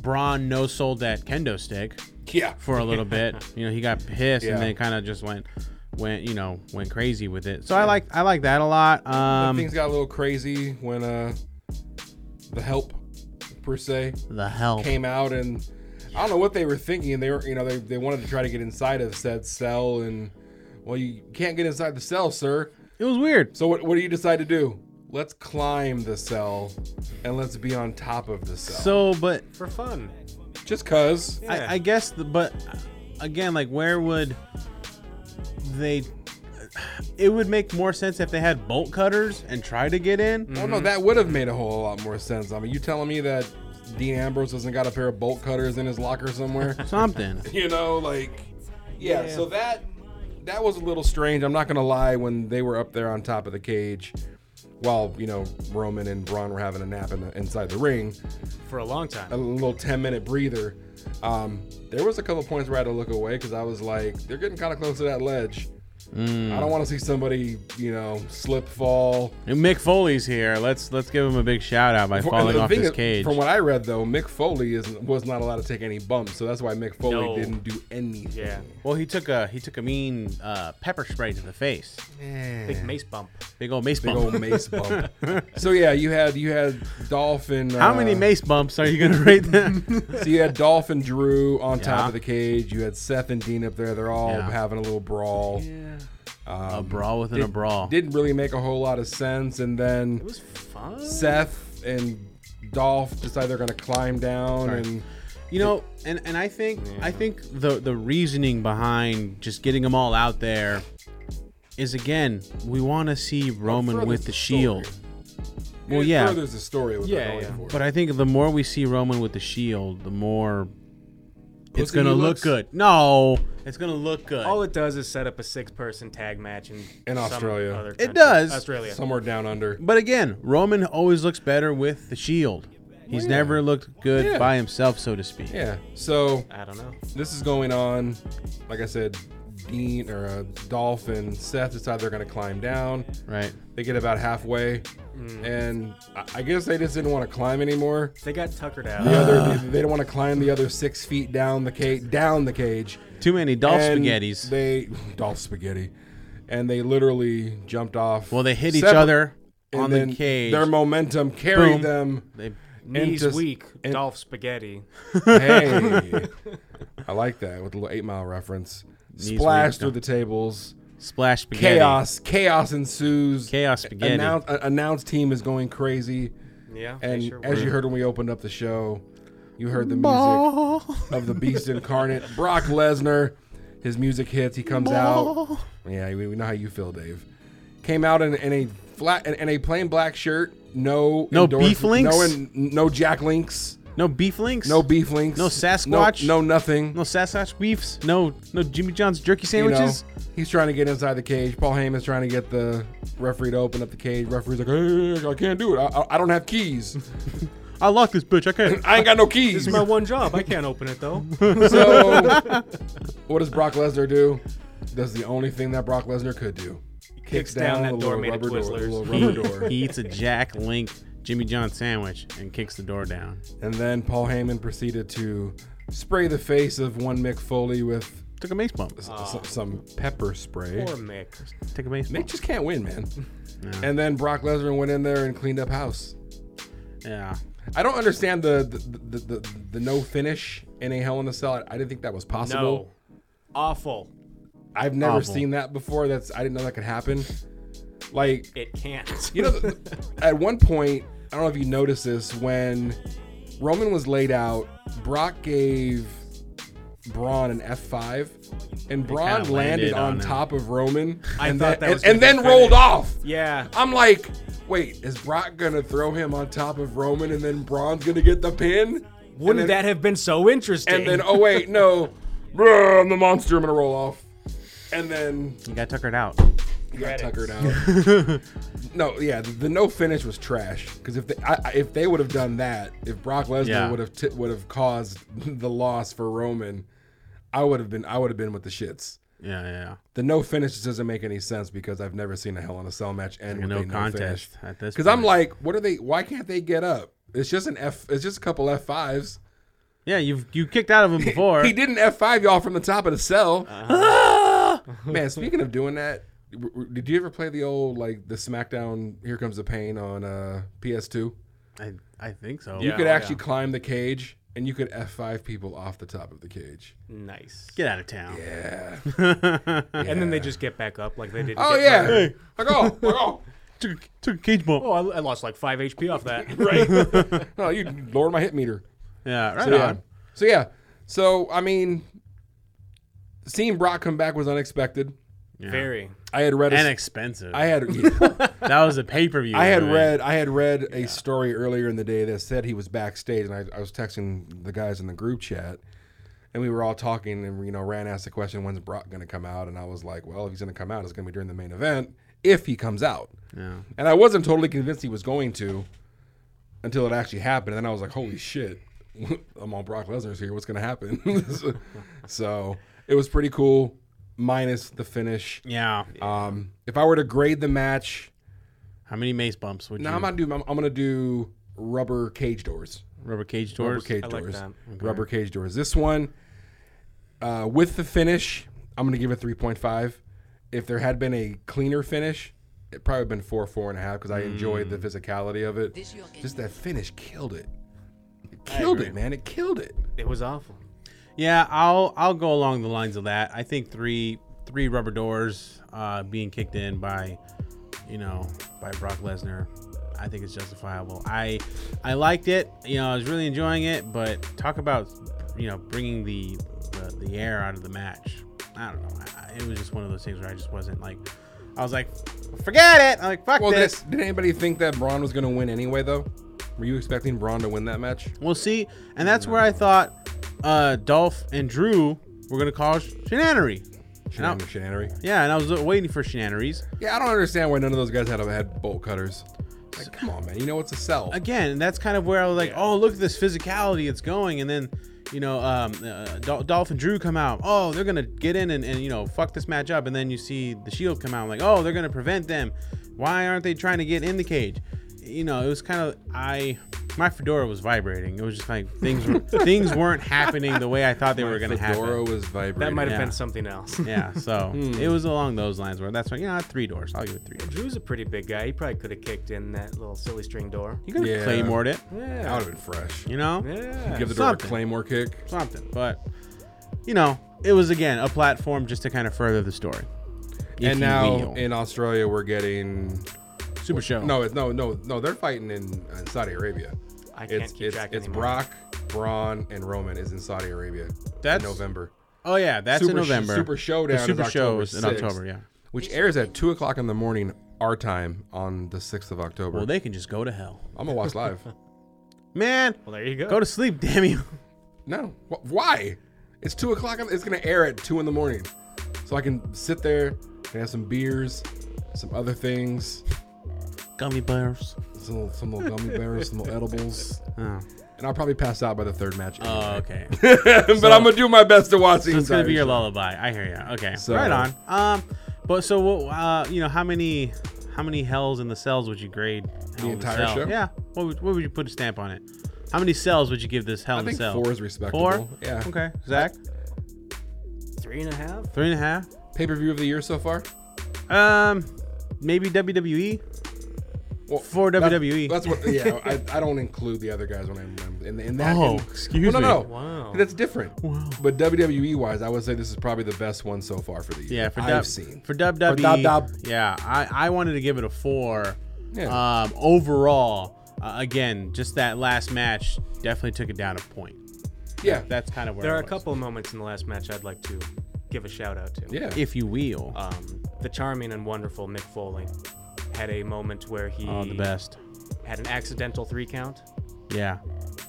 C: Braun no sold that kendo stick
D: Yeah.
C: for a little bit. You know, he got pissed
D: Yeah.
C: and then kind of just went went you know went crazy with it. So I like I like that a lot. Um,
D: Things got a little crazy when uh the help per se
C: the hell.
D: came out and I don't know what they were thinking. They were, you know, they, they wanted to try to get inside of said cell, and well, you can't get inside the cell, sir.
C: It was weird.
D: So what, what do you decide to do? Let's climb the cell and let's be on top of the cell.
C: So, but
E: For fun.
D: just cuz.
E: Yeah.
C: I, I guess, the, but again, like where would they? It would make more sense if they had bolt cutters and try to get in.
D: Well, no, that would have made a whole lot more sense. I mean, you telling me that Dean Ambrose doesn't got a pair of bolt cutters in his locker somewhere?
C: Something.
D: you know, like yeah, So that that was a little strange. I'm not gonna lie. When they were up there on top of the cage, while you know Roman and Braun were having a nap in the, inside the ring,
E: For a long
D: a
E: time.
D: little 10 minute breather. Um, there was a couple points where I had to look away because I was like, they're getting kind of close to that ledge.
C: Mm.
D: I don't want to see somebody, you know, slip, fall.
C: And Mick Foley's here. Let's let's give him a big shout out by falling
D: And the
C: off
D: thing
C: this
D: is,
C: cage.
D: From what I read, though, Mick Foley is, was not allowed to take any bumps, so that's why Mick Foley
E: No.
D: didn't do anything.
E: Yeah.
C: well, he took a he took a mean uh, pepper spray to the face.
E: Big mace bump.
C: Big old mace
D: Big
C: bump.
D: old mace bump. so yeah, you had you had Dolphin. uh,
C: How many mace bumps are you gonna rate them?
D: So you had Dolphin Drew on top
C: Yeah.
D: of the cage. You had Seth and Dean up there. They're all
C: Yeah.
D: having a little brawl.
C: a brawl within a brawl.
D: Didn't really make a whole lot of sense. And then
E: It was fun.
D: Seth and Dolph decide they're gonna climb down and
C: You know, and and I think I think the the reasoning behind just getting them all out there is again we want to see Roman
D: furthers
C: with the
D: the
C: shield.
D: story.
C: Well,
D: It
C: yeah,
D: furthers the story. What
E: Yeah,
D: yeah, going
E: yeah.
D: for.
C: but I think the more we see Roman with the shield, the more it's
D: Pussy
C: gonna
D: he
C: look
D: looks.
C: good. No, it's gonna look good.
E: All it does is set up a six-person tag match in,
D: In
E: some
D: Australia.
E: Other
D: It
E: country.
C: does.
E: Australia.
D: somewhere down under.
C: but again, Roman always looks better with the shield. He's never looked good
D: Yeah.
C: by himself, so to speak.
D: Yeah. So
E: I don't know.
D: this is going on. Like I said, Dean or uh, Dolph and Seth decide they're gonna climb down.
C: Right.
D: They get about halfway, and I- I guess they just didn't want to climb anymore.
E: They got tuckered out.
D: The other, they, they don't want to climb the other six feet down the cage. Down the cage.
C: Too many Dolph
D: And
C: spaghettis.
D: They Dolph spaghetti, and they literally jumped off.
C: well, they hit each
D: separate-
C: other
D: and
C: on
D: then
C: the cage.
D: Their momentum carried
C: Boom.
D: them.
C: they
E: Knees
D: into-
E: weak.
D: and-
E: Dolph Spaghetti.
D: Hey, I like that with a little Eight Mile reference.
C: weak,
D: Splash through
C: no.
D: the tables.
C: splash spaghetti.
D: Chaos. Chaos ensues.
C: Chaos spaghetti.
D: Announce, uh, announce team is going crazy.
E: Yeah. they
D: And
E: sure
D: as
E: were.
D: you heard when we opened up the show, you heard the music of the Beast Incarnate, Brock Lesnar. His music hits. He comes out. Yeah, we, we know how you feel, Dave. Came out in, in a flat in, in a plain black shirt. No,
C: No
D: endorse-
C: beef links?
D: No, in, no jack links.
C: No beef links.
D: No beef links.
C: No Sasquatch?
D: No, no nothing.
C: No Sasquatch beefs. No no Jimmy John's jerky
D: You know,
C: sandwiches.
D: he's trying to get inside the cage. Paul Heyman's trying to get the referee to open up the cage. Referee's like, hey, I can't do it. I, I, I don't have keys.
C: I lock this bitch. I can't.
D: I ain't got no keys.
E: This is my one job. I can't open it though.
D: So, what does Brock Lesnar do? Does the only thing that Brock Lesnar could do. Kicks,
E: down that
D: the
E: door
D: little
E: made of
D: rubber door, the
E: Twizzlers.
D: little
C: he,
D: rubber door.
C: he eats a Jack Link Jimmy John sandwich and kicks the door down.
D: And then Paul Heyman proceeded to spray the face of one Mick Foley with
C: Took a mace bump.
D: s- s- some pepper spray.
E: Ah. Poor Mick.
C: Took a mace
D: Mick
C: bump.
D: just can't win, man. And then Brock Lesnar went in there and cleaned up house.
C: Yeah.
D: I don't understand the the, the, the, the, the no finish in a Hell in a Cell. I, I didn't think that
E: No.
D: was possible.
E: Awful.
D: I've never
C: Awful.
D: seen that before. That's I didn't know that could happen. Like
E: It can't.
D: You know, th- at one point, I don't know if you noticed this, when Roman was laid out, Brock gave Braun an F5, and Braun landed,
C: landed
D: on,
C: on him.
D: top of Roman,
E: I
D: and,
E: thought
D: then-
E: that was
D: and, and
E: gonna
D: then
E: be
D: rolled
E: finished.
D: off.
E: yeah.
D: I'm like, wait, is Brock going to throw him on top of Roman, and then Braun's going to get the pin?
E: Wouldn't
D: and then,
E: that have been so interesting?
D: And then, oh, wait, no. Bruh, I'm the monster. I'm going to roll off. And then
C: You got tuckered out.
D: he got
E: Credits.
D: tuckered out. no, yeah, the, the no finish was trash. Because if they I, I- if they would have done that, if Brock Lesnar
C: Yeah.
D: would have t- would have caused the loss for Roman, I would have been I would have been with the shits.
C: Yeah, yeah.
D: The no finish just doesn't make any sense because I've never seen a Hell in a Cell match end with
C: Like a no
D: a no
C: contest
D: finish.
C: at this
D: Because I'm
C: point.
D: like, what are they? Why can't they get up? It's just an F. It's just a couple F fives.
C: Yeah, you've you kicked out of him before.
D: He did an F five y'all from the top of the cell. Man, speaking of doing that, w- w- did you ever play the old like the SmackDown Here Comes the Pain on uh, PS2? You
C: I, I think so.
E: You
D: could
E: Oh,
D: actually climb the cage and you could F five people off the top of the cage.
E: nice.
C: Get out of town.
D: Yeah.
E: And then they just get back up like they did.
D: Oh yeah. Fuck off. Fuck off.
C: Took, took a cage bump.
E: Oh, I, I lost like five HP off that.
D: Right. no, you lowered my hit meter.
C: Yeah, right
D: So yeah.
C: on.
D: So yeah. So I mean, seeing Brock come back was unexpected.
E: Very.
D: I had read. A,
C: And
D: s-
C: expensive.
D: I had. yeah.
C: that was a pay per view.
D: I had read I had read a story earlier in the day that said he was backstage, and I, I was texting the guys in the group chat, and we were all talking, and you know, Rand asked the question, "When's Brock going to come out?" And I was like, "Well, if he's going to come out, it's going to be during the main event if he comes out."
C: Yeah.
D: And I wasn't totally convinced he was going to until it actually happened, and then I was like, "Holy shit, I'm on Brock Lesnar's here. What's going to happen?" so it was pretty cool, minus the finish.
C: Yeah.
D: Um, if I were to grade the match.
C: How many mace bumps would
D: No,
C: you?
D: I'm gonna do. I'm, I'm gonna do rubber cage doors.
C: rubber cage
D: Rubber
C: doors.
D: cage
E: I like
D: doors.
E: that.
D: Rubber cage doors. This one, uh, with the finish, I'm gonna give it 3.5. If there had been a cleaner finish, it probably been four, four and a half because I enjoyed the physicality of it. Just that finish killed it. It killed it, man. It killed it.
E: It was awful.
C: Yeah, I'll I'll go along the lines of that. I think three three rubber doors uh, being kicked in by you know by Brock Lesnar. I think it's justifiable. I I liked it. You know, I was really enjoying it. But talk about you know bringing the the, the air out of the match. I don't know. I, I- it was just one of those things where I just wasn't like. I was like, forget it. I'm like, fuck
D: Well,
C: this.
D: did, did anybody think that Braun was gonna win anyway? Though, were you expecting Braun to win that match?
C: We'll see, and that's where I thought uh, Dolph and Drew were gonna cause shenanery. And I-
D: Shenan- Shenanery.
C: Yeah, and I was waiting for shenaneries.
D: Yeah, I don't understand why none of those guys had had bolt cutters. Like, come on, man. You know it's a cell.
C: Again, and that's kind of where I was like, oh, look at this physicality it's going. And then, you know, um, uh, Dol- Dolph and Drew come out. Oh, they're going to get in and, and, you know, fuck this match up. And then you see the Shield come out. I'm like, oh, they're going to prevent them. Why aren't they trying to get in the cage? You know, it was kind of, I, my fedora was vibrating. It was just like things were, things weren't happening the way I thought they were going to
D: Fedora hmm.
C: happen.
D: was vibrating.
E: That might have
C: Yeah.
E: been something else.
C: Yeah, so it was along those lines where that's why, yeah, three doors. I'll give it three doors.
E: Drew's a pretty big guy. He probably could have kicked in that little silly string door.
C: You could have
D: Yeah.
C: claymored it,
D: That would have been fresh.
C: you know?
E: Yeah.
D: Give the door a
C: Something.
D: claymore kick.
C: something. But you know, it was again a platform just to kind of further the story. If you
D: and now
C: will.
D: in Australia, we're getting
C: Super Show.
D: no, it's no, no, no. They're fighting in uh, Saudi Arabia.
E: I can't
D: It's
E: keep
D: it's
E: track
D: it's
E: anymore.
D: Brock, Braun, and Roman is in Saudi Arabia.
C: That's-
D: in November.
C: oh yeah, that's in
D: Sh-
C: November.
D: Super Showdown.
C: The Super
D: is
C: Show
D: October
C: is in
D: 6th,
C: October. Yeah.
D: Which airs at two o'clock in the morning our time on the sixth of October.
C: Well, they can just go to hell,
D: I'm gonna watch live.
C: man.
E: Well, there you go.
C: Go to sleep, damn you.
D: No. Wh- Why? It's two o'clock. in- It's gonna air at two in the morning, so I can sit there and have some beers, some other things,
C: Gummy bears.
D: some little, some little gummy bears, some little edibles,
C: Oh,
D: and I'll probably pass out by the third match.
C: Oh, okay.
D: but I'm gonna do my best to watch the
C: So it's gonna
D: entire
C: be your
D: show.
C: lullaby. I hear you. Okay,
D: So-
C: right on. Um, but so what? Uh, you know, how many, how many hells in the cells would you grade? Hell in
D: entire
C: Cell?
D: show?
C: Yeah. What would, what would you put a stamp on it? How many cells would you give this Hell
D: I
C: in a
D: think
C: Cell?
D: four is respectable.
C: Four?
D: Yeah.
C: Okay. Zach?
E: Three and a half?
C: Three and a half?
D: Pay per view of the year so far?
C: Um, maybe E? WWE.
D: Well,
C: For E.
D: that-
C: WWE.
D: That's what. Yeah, I, I don't include the other guys when I'm I'm- in, in that.
C: Oh,
D: in-
C: excuse
D: well, no, No,
C: me.
E: Wow.
D: That's different. But WWE wise, I would say this is probably the best one so far for the year.
C: Yeah, for
D: I've
C: dub,
D: seen.
C: for E. dub dub.
B: dub dub.
D: E.
C: Yeah, I I wanted to give it a four.
D: Yeah.
C: Um, overall, uh, again, just that last match definitely took it down a point.
D: yeah,
C: That's kind of where
E: There
C: I
E: are a
C: was.
E: couple of moments in the last match I'd like to give a shout out to.
D: yeah.
C: if you will.
E: Um, the charming and wonderful Mick Foley had a moment where he
C: oh, the best.
E: had an accidental three count,
C: Yeah.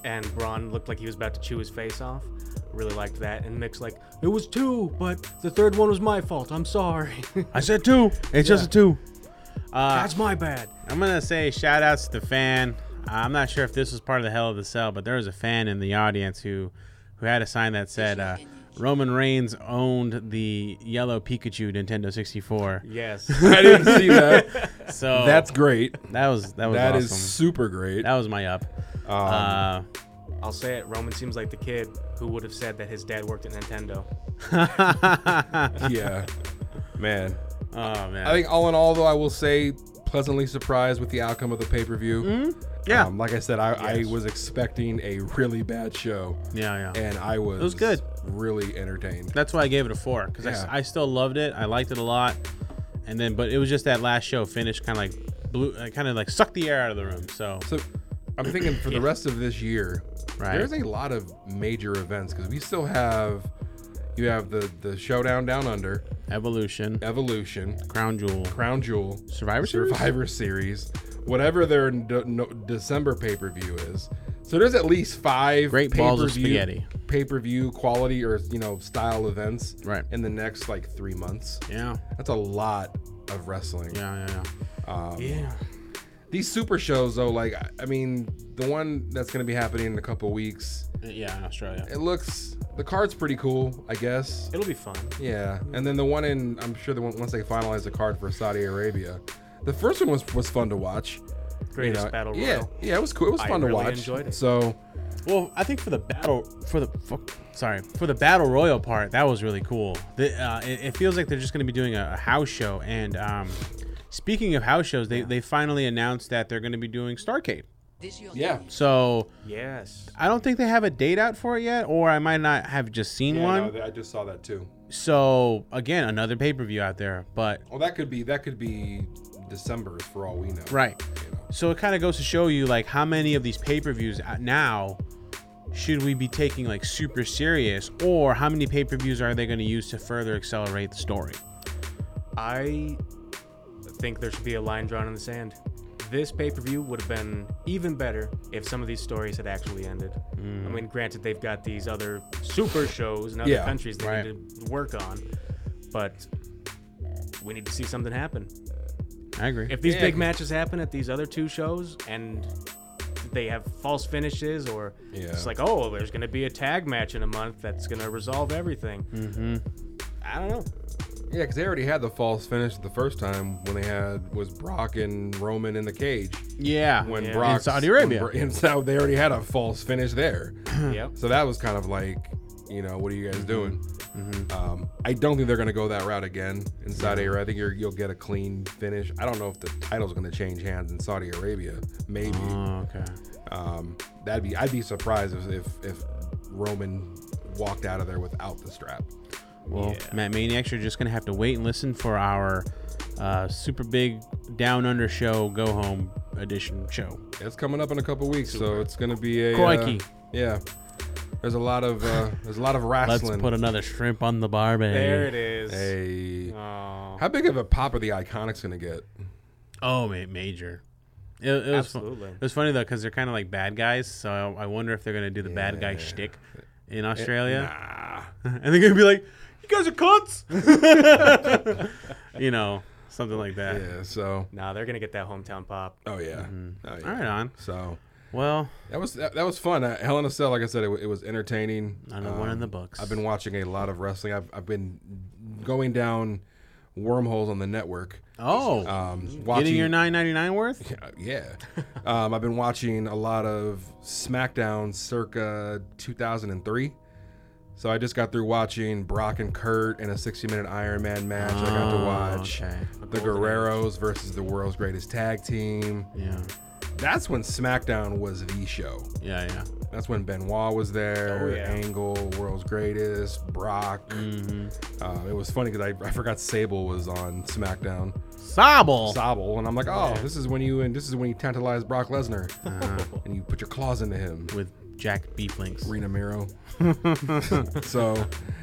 E: and Braun looked like he was about to chew his face off. Really liked that. And Mick's like, it was two, but the third one was my fault. I'm sorry.
C: I said two. It's just a two.
E: That's my bad.
C: I'm gonna say shout outs to the fan. I'm not sure if this was part of the hell of the cell, but there was a fan in the audience who who had a sign that said uh, Roman Reigns owned the yellow Pikachu Nintendo 64.
E: Yes.
D: I didn't see that.
C: So
D: That's great.
C: that was that was
D: That
C: awesome.
D: is super great.
C: that was my up. uh,
E: I'll say it. Roman seems like the kid who would have said that his dad worked at Nintendo.
D: yeah, man.
C: oh man,
D: I think all in all, though, I will say pleasantly surprised with the outcome of the pay per view.
C: yeah,
D: Um, like I said, I, I was expecting a really bad show,
C: yeah, yeah.
D: and I was,
C: was good.
D: really entertained.
C: That's why I gave it a four because
D: Yeah.
C: I, still loved it. I liked it a lot, and then but it was just that last show finish kind of like blew, kind of like sucked the air out of the room. So
D: So I'm thinking for the rest of this year,
C: Right.
D: there's a lot of major events because we still have you have the the showdown down under,
C: evolution,
D: evolution,
C: crown jewel,
D: crown jewel,
C: Survivor Series?
D: Survivor Series, whatever their de- no- December pay per view is. So there's at least five
C: Great balls of
D: pay-per-view-
C: spaghetti.
D: pay-per-view quality or you know style events
C: Right.
D: in the next like three months.
C: yeah.
D: That's a lot of wrestling.
C: Yeah, yeah,
D: Um,
C: yeah. yeah.
D: These super shows though, like I- I mean, the one that's gonna be happening in a couple weeks,
C: Yeah, in Australia.
D: it looks the card's pretty cool, I guess.
E: It'll be fun.
D: Yeah, and then the one in I'm sure the one once they finalize the card for Saudi Arabia, the first one was was fun to watch. You
E: Greatest
D: know,
E: battle
D: yeah,
E: royal.
D: yeah, it was cool. It was
E: I
D: fun to
E: really
D: watch.
E: enjoyed it.
D: So
C: Well, I think for the battle for the fuck, sorry for the battle royal part, that was really cool. The, uh, it, it feels like they're just going to be doing a, a house show. And um, speaking of house shows, they they finally announced that they're going to be doing Starcade.
D: yeah,
C: So
E: Yes.
C: I don't think they have a date out for it yet, or I might not have just seen
D: yeah,
C: one.
D: no, I just saw that too.
C: so again, another pay per view out there, but
D: Well, that could be that could be December for all we know.
C: Right.
D: You know.
C: So it kind of goes to show you like how many of these pay-per-views at- now should we be taking like super serious or how many pay-per-views are they going to use to further accelerate the story?
E: I think there should be a line drawn in the sand. This pay per view would have been even better if some of these stories had actually ended. I mean, granted, they've got these other super shows in other
D: Mm. Yeah,
E: countries they
C: right.
E: need to work on, but we need to see something happen.
C: I agree.
E: If these
D: Yeah,
E: big
D: I-
E: matches happen at these other two shows and they have false finishes, or
D: Yeah.
E: it's like, oh, there's going to be a tag match in a month that's going to resolve everything.
D: Mm-hmm.
E: I don't know.
D: Yeah, because they already had the false finish the first time when they had was Brock and Roman in the cage
C: yeah.
D: when
E: Yeah. In
D: Brock
C: Saudi Arabia.
D: and so they already had a false finish there.
E: yep.
D: So that was kind of like, you know, what are you guys
C: Mm-hmm.
D: doing? Um, I don't think they're going to go that route again in Saudi Arabia. I think you're, you'll get a clean finish. I don't know if the title's going to change hands in Saudi Arabia. Maybe
C: Oh, okay.
D: um, that'd be. I'd be surprised if, if if Roman walked out of there without the strap.
C: Well, Matt Maniacs, you're just going to have to wait and listen for our uh, super big down under show go home edition show.
D: It's coming up in a couple weeks, so it's going to be a uh,
C: Crikey.
D: yeah. There's a lot of uh, there's a lot of
C: Let's
D: wrestling.
C: put another shrimp on the barbie.
E: There it is.
D: Hey. How big of a pop are the Iconics going to get?
C: Oh, ma- major. It, it was fu-
E: Absolutely.
C: it was funny though because they're kind of like bad guys, so I, I wonder if they're gonna do the bad guy shtick in Australia,
D: Ah,
C: and they're gonna be like, "You guys are cunts," you know, something like that.
D: yeah. So
E: Nah, they're gonna get that hometown pop.
D: oh yeah. Oh, yeah.
C: Mm-hmm. All right, on.
D: So
C: Well,
D: that was that, that was fun. Uh, Hell in a Cell, like I said, it, wa- it was entertaining. Um,
C: another one in the books.
D: I've been watching a lot of wrestling. I've I've been going down wormholes on the network.
C: Oh,
D: Um,
C: getting
D: watching
C: your nine ninety nine worth.
D: Uh, yeah. um, I've been watching a lot of SmackDown circa 2003. So I just got through watching Brock and Kurt in a 60 minute Iron Man match. I got to watch
C: Oh, okay.
D: the Guerreros versus the world's greatest tag team.
C: Yeah,
D: That's when SmackDown was the show.
C: yeah, yeah.
D: That's when Benoit was there,
E: Oh, yeah.
D: Angle, World's Greatest, Brock.
E: Mm-hmm.
D: Uh, it was funny because I, I forgot Sable was on SmackDown.
C: Sobble.
D: Sobble, and I'm like, oh, this is when you and this is when you tantalize Brock Lesnar, and you put your claws into him,
C: with Jack Beef Links.
D: Rena Miro. so,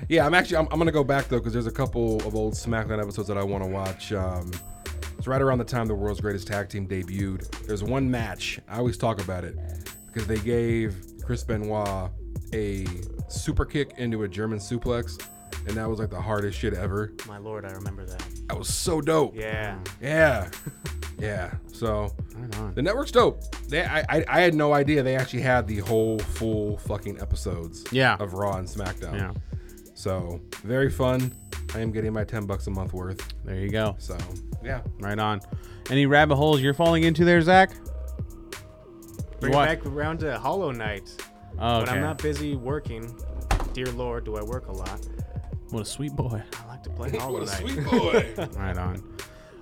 D: yeah, I'm actually I'm, I'm gonna go back though because there's a couple of old SmackDown episodes that I want to watch. Um, it's right around the time the World's Greatest Tag Team debuted. There's one match I always talk about it because they gave Chris Benoit a super kick into a German suplex, and that was like the hardest shit ever.
E: My lord, I remember that.
D: That was so dope.
E: Yeah.
C: Mm.
D: Yeah. Yeah. So the network's dope. They, I, I, I had no idea they actually had the whole full fucking episodes
C: Yeah.
D: of Raw and SmackDown.
C: Yeah,
D: So very fun. I am getting my 10 bucks a month worth.
C: there you go.
D: So yeah.
C: Right on. Any rabbit holes you're falling into there, Zach?
E: Bring
C: What?
E: it back around to Hollow Knight.
C: Oh,
E: When I'm not busy working, dear lord, do I work a lot.
C: What a sweet boy.
E: I like to play Hollow Knight.
D: boy.
C: Right on.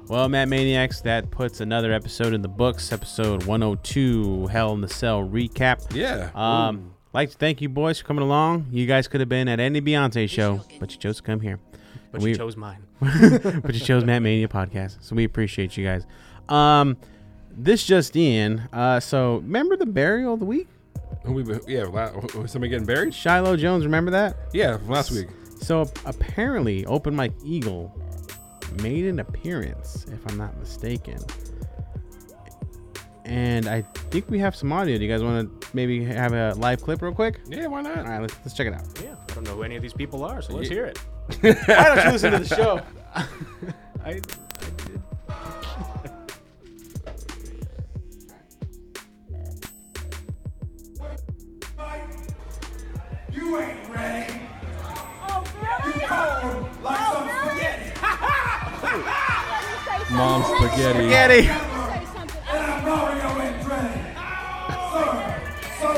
C: Well, Matt Maniacs, that puts another episode in the books. Episode 102, Hell in the Cell recap.
D: yeah.
C: Um, like to thank you boys for coming along. You guys could have been at any Beyonce show, but you chose to come here.
E: But
C: We-
E: you chose mine.
C: but you chose Matt Mania podcast, so we appreciate you guys. Um, this just in. Uh, so remember the burial of the week,
D: Who we, yeah. la- who- Somebody getting buried?
C: Shiloh Jones. Remember that?
D: Yeah. From last week.
C: So apparently, Open Mike Eagle made an appearance, if I'm not mistaken. And I think we have some audio. Do you guys want to maybe have a live clip real quick?
D: Yeah. Why not?
C: All right, let's, let's check it out.
E: Yeah, I don't know who any of these people are, so let's hear it.
C: Why don't you listen to the show?
E: I, I did.
F: You ain't ready. Oh, really? You cold like some spaghetti.
D: Mom spaghetti.
C: Eddie.
F: And I know you ain't ready. Sir, sir.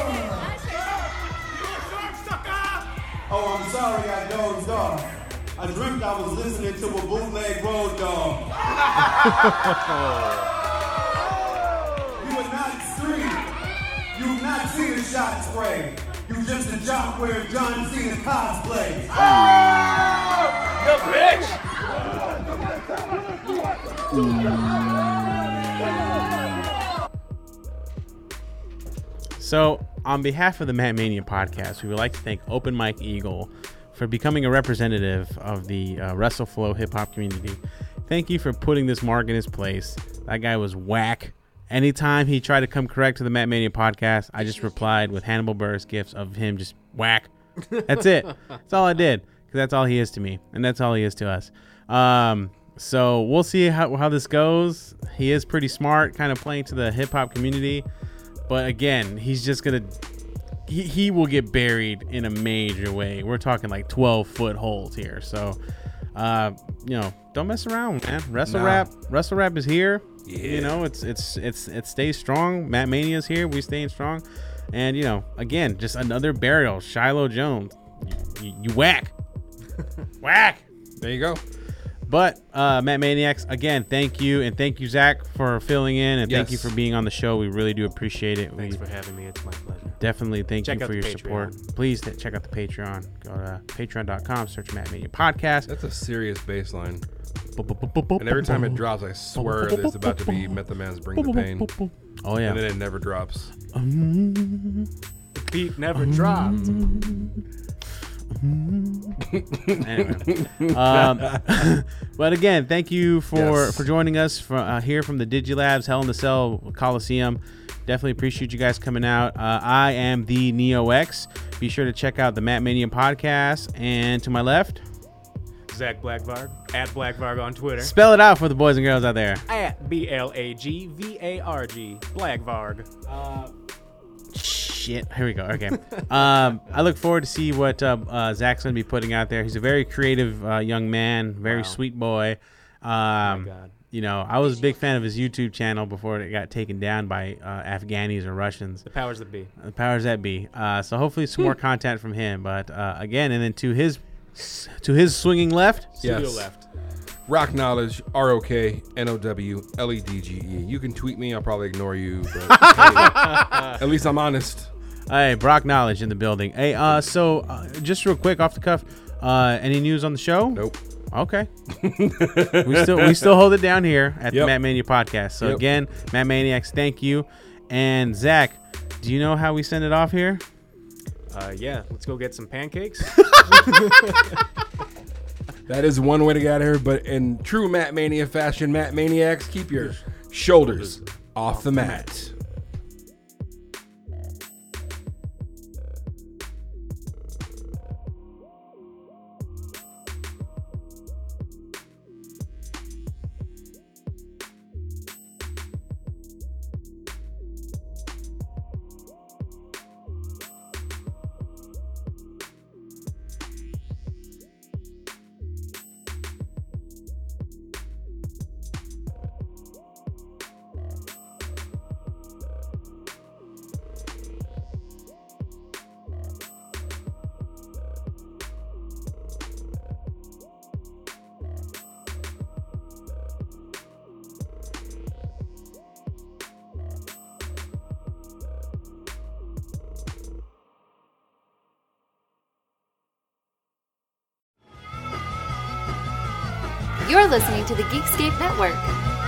F: Oh, I'm sorry I dozed off. I dreamt I was listening to a bootleg road dog. you are not street. You not see a shot spray. You just a jock wearing John Cena cosplay.
C: So, on behalf of the Matt Mania podcast, we would like to thank Open Mike Eagle for becoming a representative of the uh, WrestleFlow hip hop community. Thank you for putting this mark in his place. That guy was whack. Anytime he tried to come correct to the Matt Mania podcast, I just replied with Hannibal Burris gifts of him just whack. That's it. that's all I did because that's all he is to me, and that's all he is to us. Um, so we'll see how, how this goes. He is pretty smart, kind of playing to the hip hop community. But again, he's just gonna he, he will get buried in a major way. We're talking like twelve foot holes here. So uh, you know, don't mess around, man. Wrestle
D: Nah.
C: rap Wrestle Rap is here.
D: Yeah.
C: You know, it's it's it's it stays strong. Matt Mania's here, we staying strong. And you know, again, just another burial. Shiloh Jones. You, you whack. whack.
D: There you go.
C: But uh, Matt Maniacs, again, thank you, and thank you, Zach, for filling in, and thank you
D: Yes.
C: for being on the show. We really do appreciate it.
E: Thanks
C: we
E: for having me. It's my pleasure.
C: definitely thank
E: Check
C: you
E: out
C: for
E: the
C: your
E: Patreon.
C: support. Please t- check out the Patreon. Go to patreon.com, search Matt Mania Podcast.
D: That's a serious baseline.
C: Boop, boop, boop, boop, boop,
D: And every time
C: boop,
D: it drops, I swear there's about to be Method Man's Bring the
C: boop, boop,
D: Pain.
C: boop, boop. Oh
D: And then
C: yeah,
D: it never drops.
E: The beat never dropped.
C: anyway. um, but again, thank you for
D: Yes.
C: for joining us from uh, here from the Digilabs Hell in the Cell Coliseum. Definitely appreciate you guys coming out. Uh, I am the Neo X. Be sure to check out the Matt Mania podcast. And to my left,
E: Zach Blackvarg at Blackvarg on Twitter.
C: spell it out for the boys and girls out there.
E: At B L A G V A R G Blackvarg.
C: Shit. Here we go. Okay. um, I look forward to see what uh, uh, Zach's going to be putting out there. He's a very creative uh, young man, very sweet boy. Um,
E: God.
C: You know, I was a big fan of his YouTube channel before it got taken down by uh, Afghanis or Russians.
E: The powers that be.
C: The powers that be. Uh, so hopefully some more content from him. But uh, again, and then to his to his swinging left.
E: Studio
D: Yes.
E: left.
D: Rock Knowledge, R O K N O W L E D G E. You can tweet me. I'll probably ignore you. But at least I'm honest.
C: Hey, Brock Knowledge in the building. Hey, uh, so uh, just real quick off the cuff, uh, any news on the show?
D: Nope.
C: Okay. we still we still hold it down here at the
D: Yep.
C: Matt Mania podcast. So
D: Yep.
C: again, Matt Maniacs, thank you. And Zach, do you know how we send it off here?
E: Uh, yeah, let's go get some pancakes.
D: That is one way to get out of here. But in true Matt Mania fashion, Matt Maniacs, keep your shoulders off the mat.
G: You're listening to the Geekscape Network.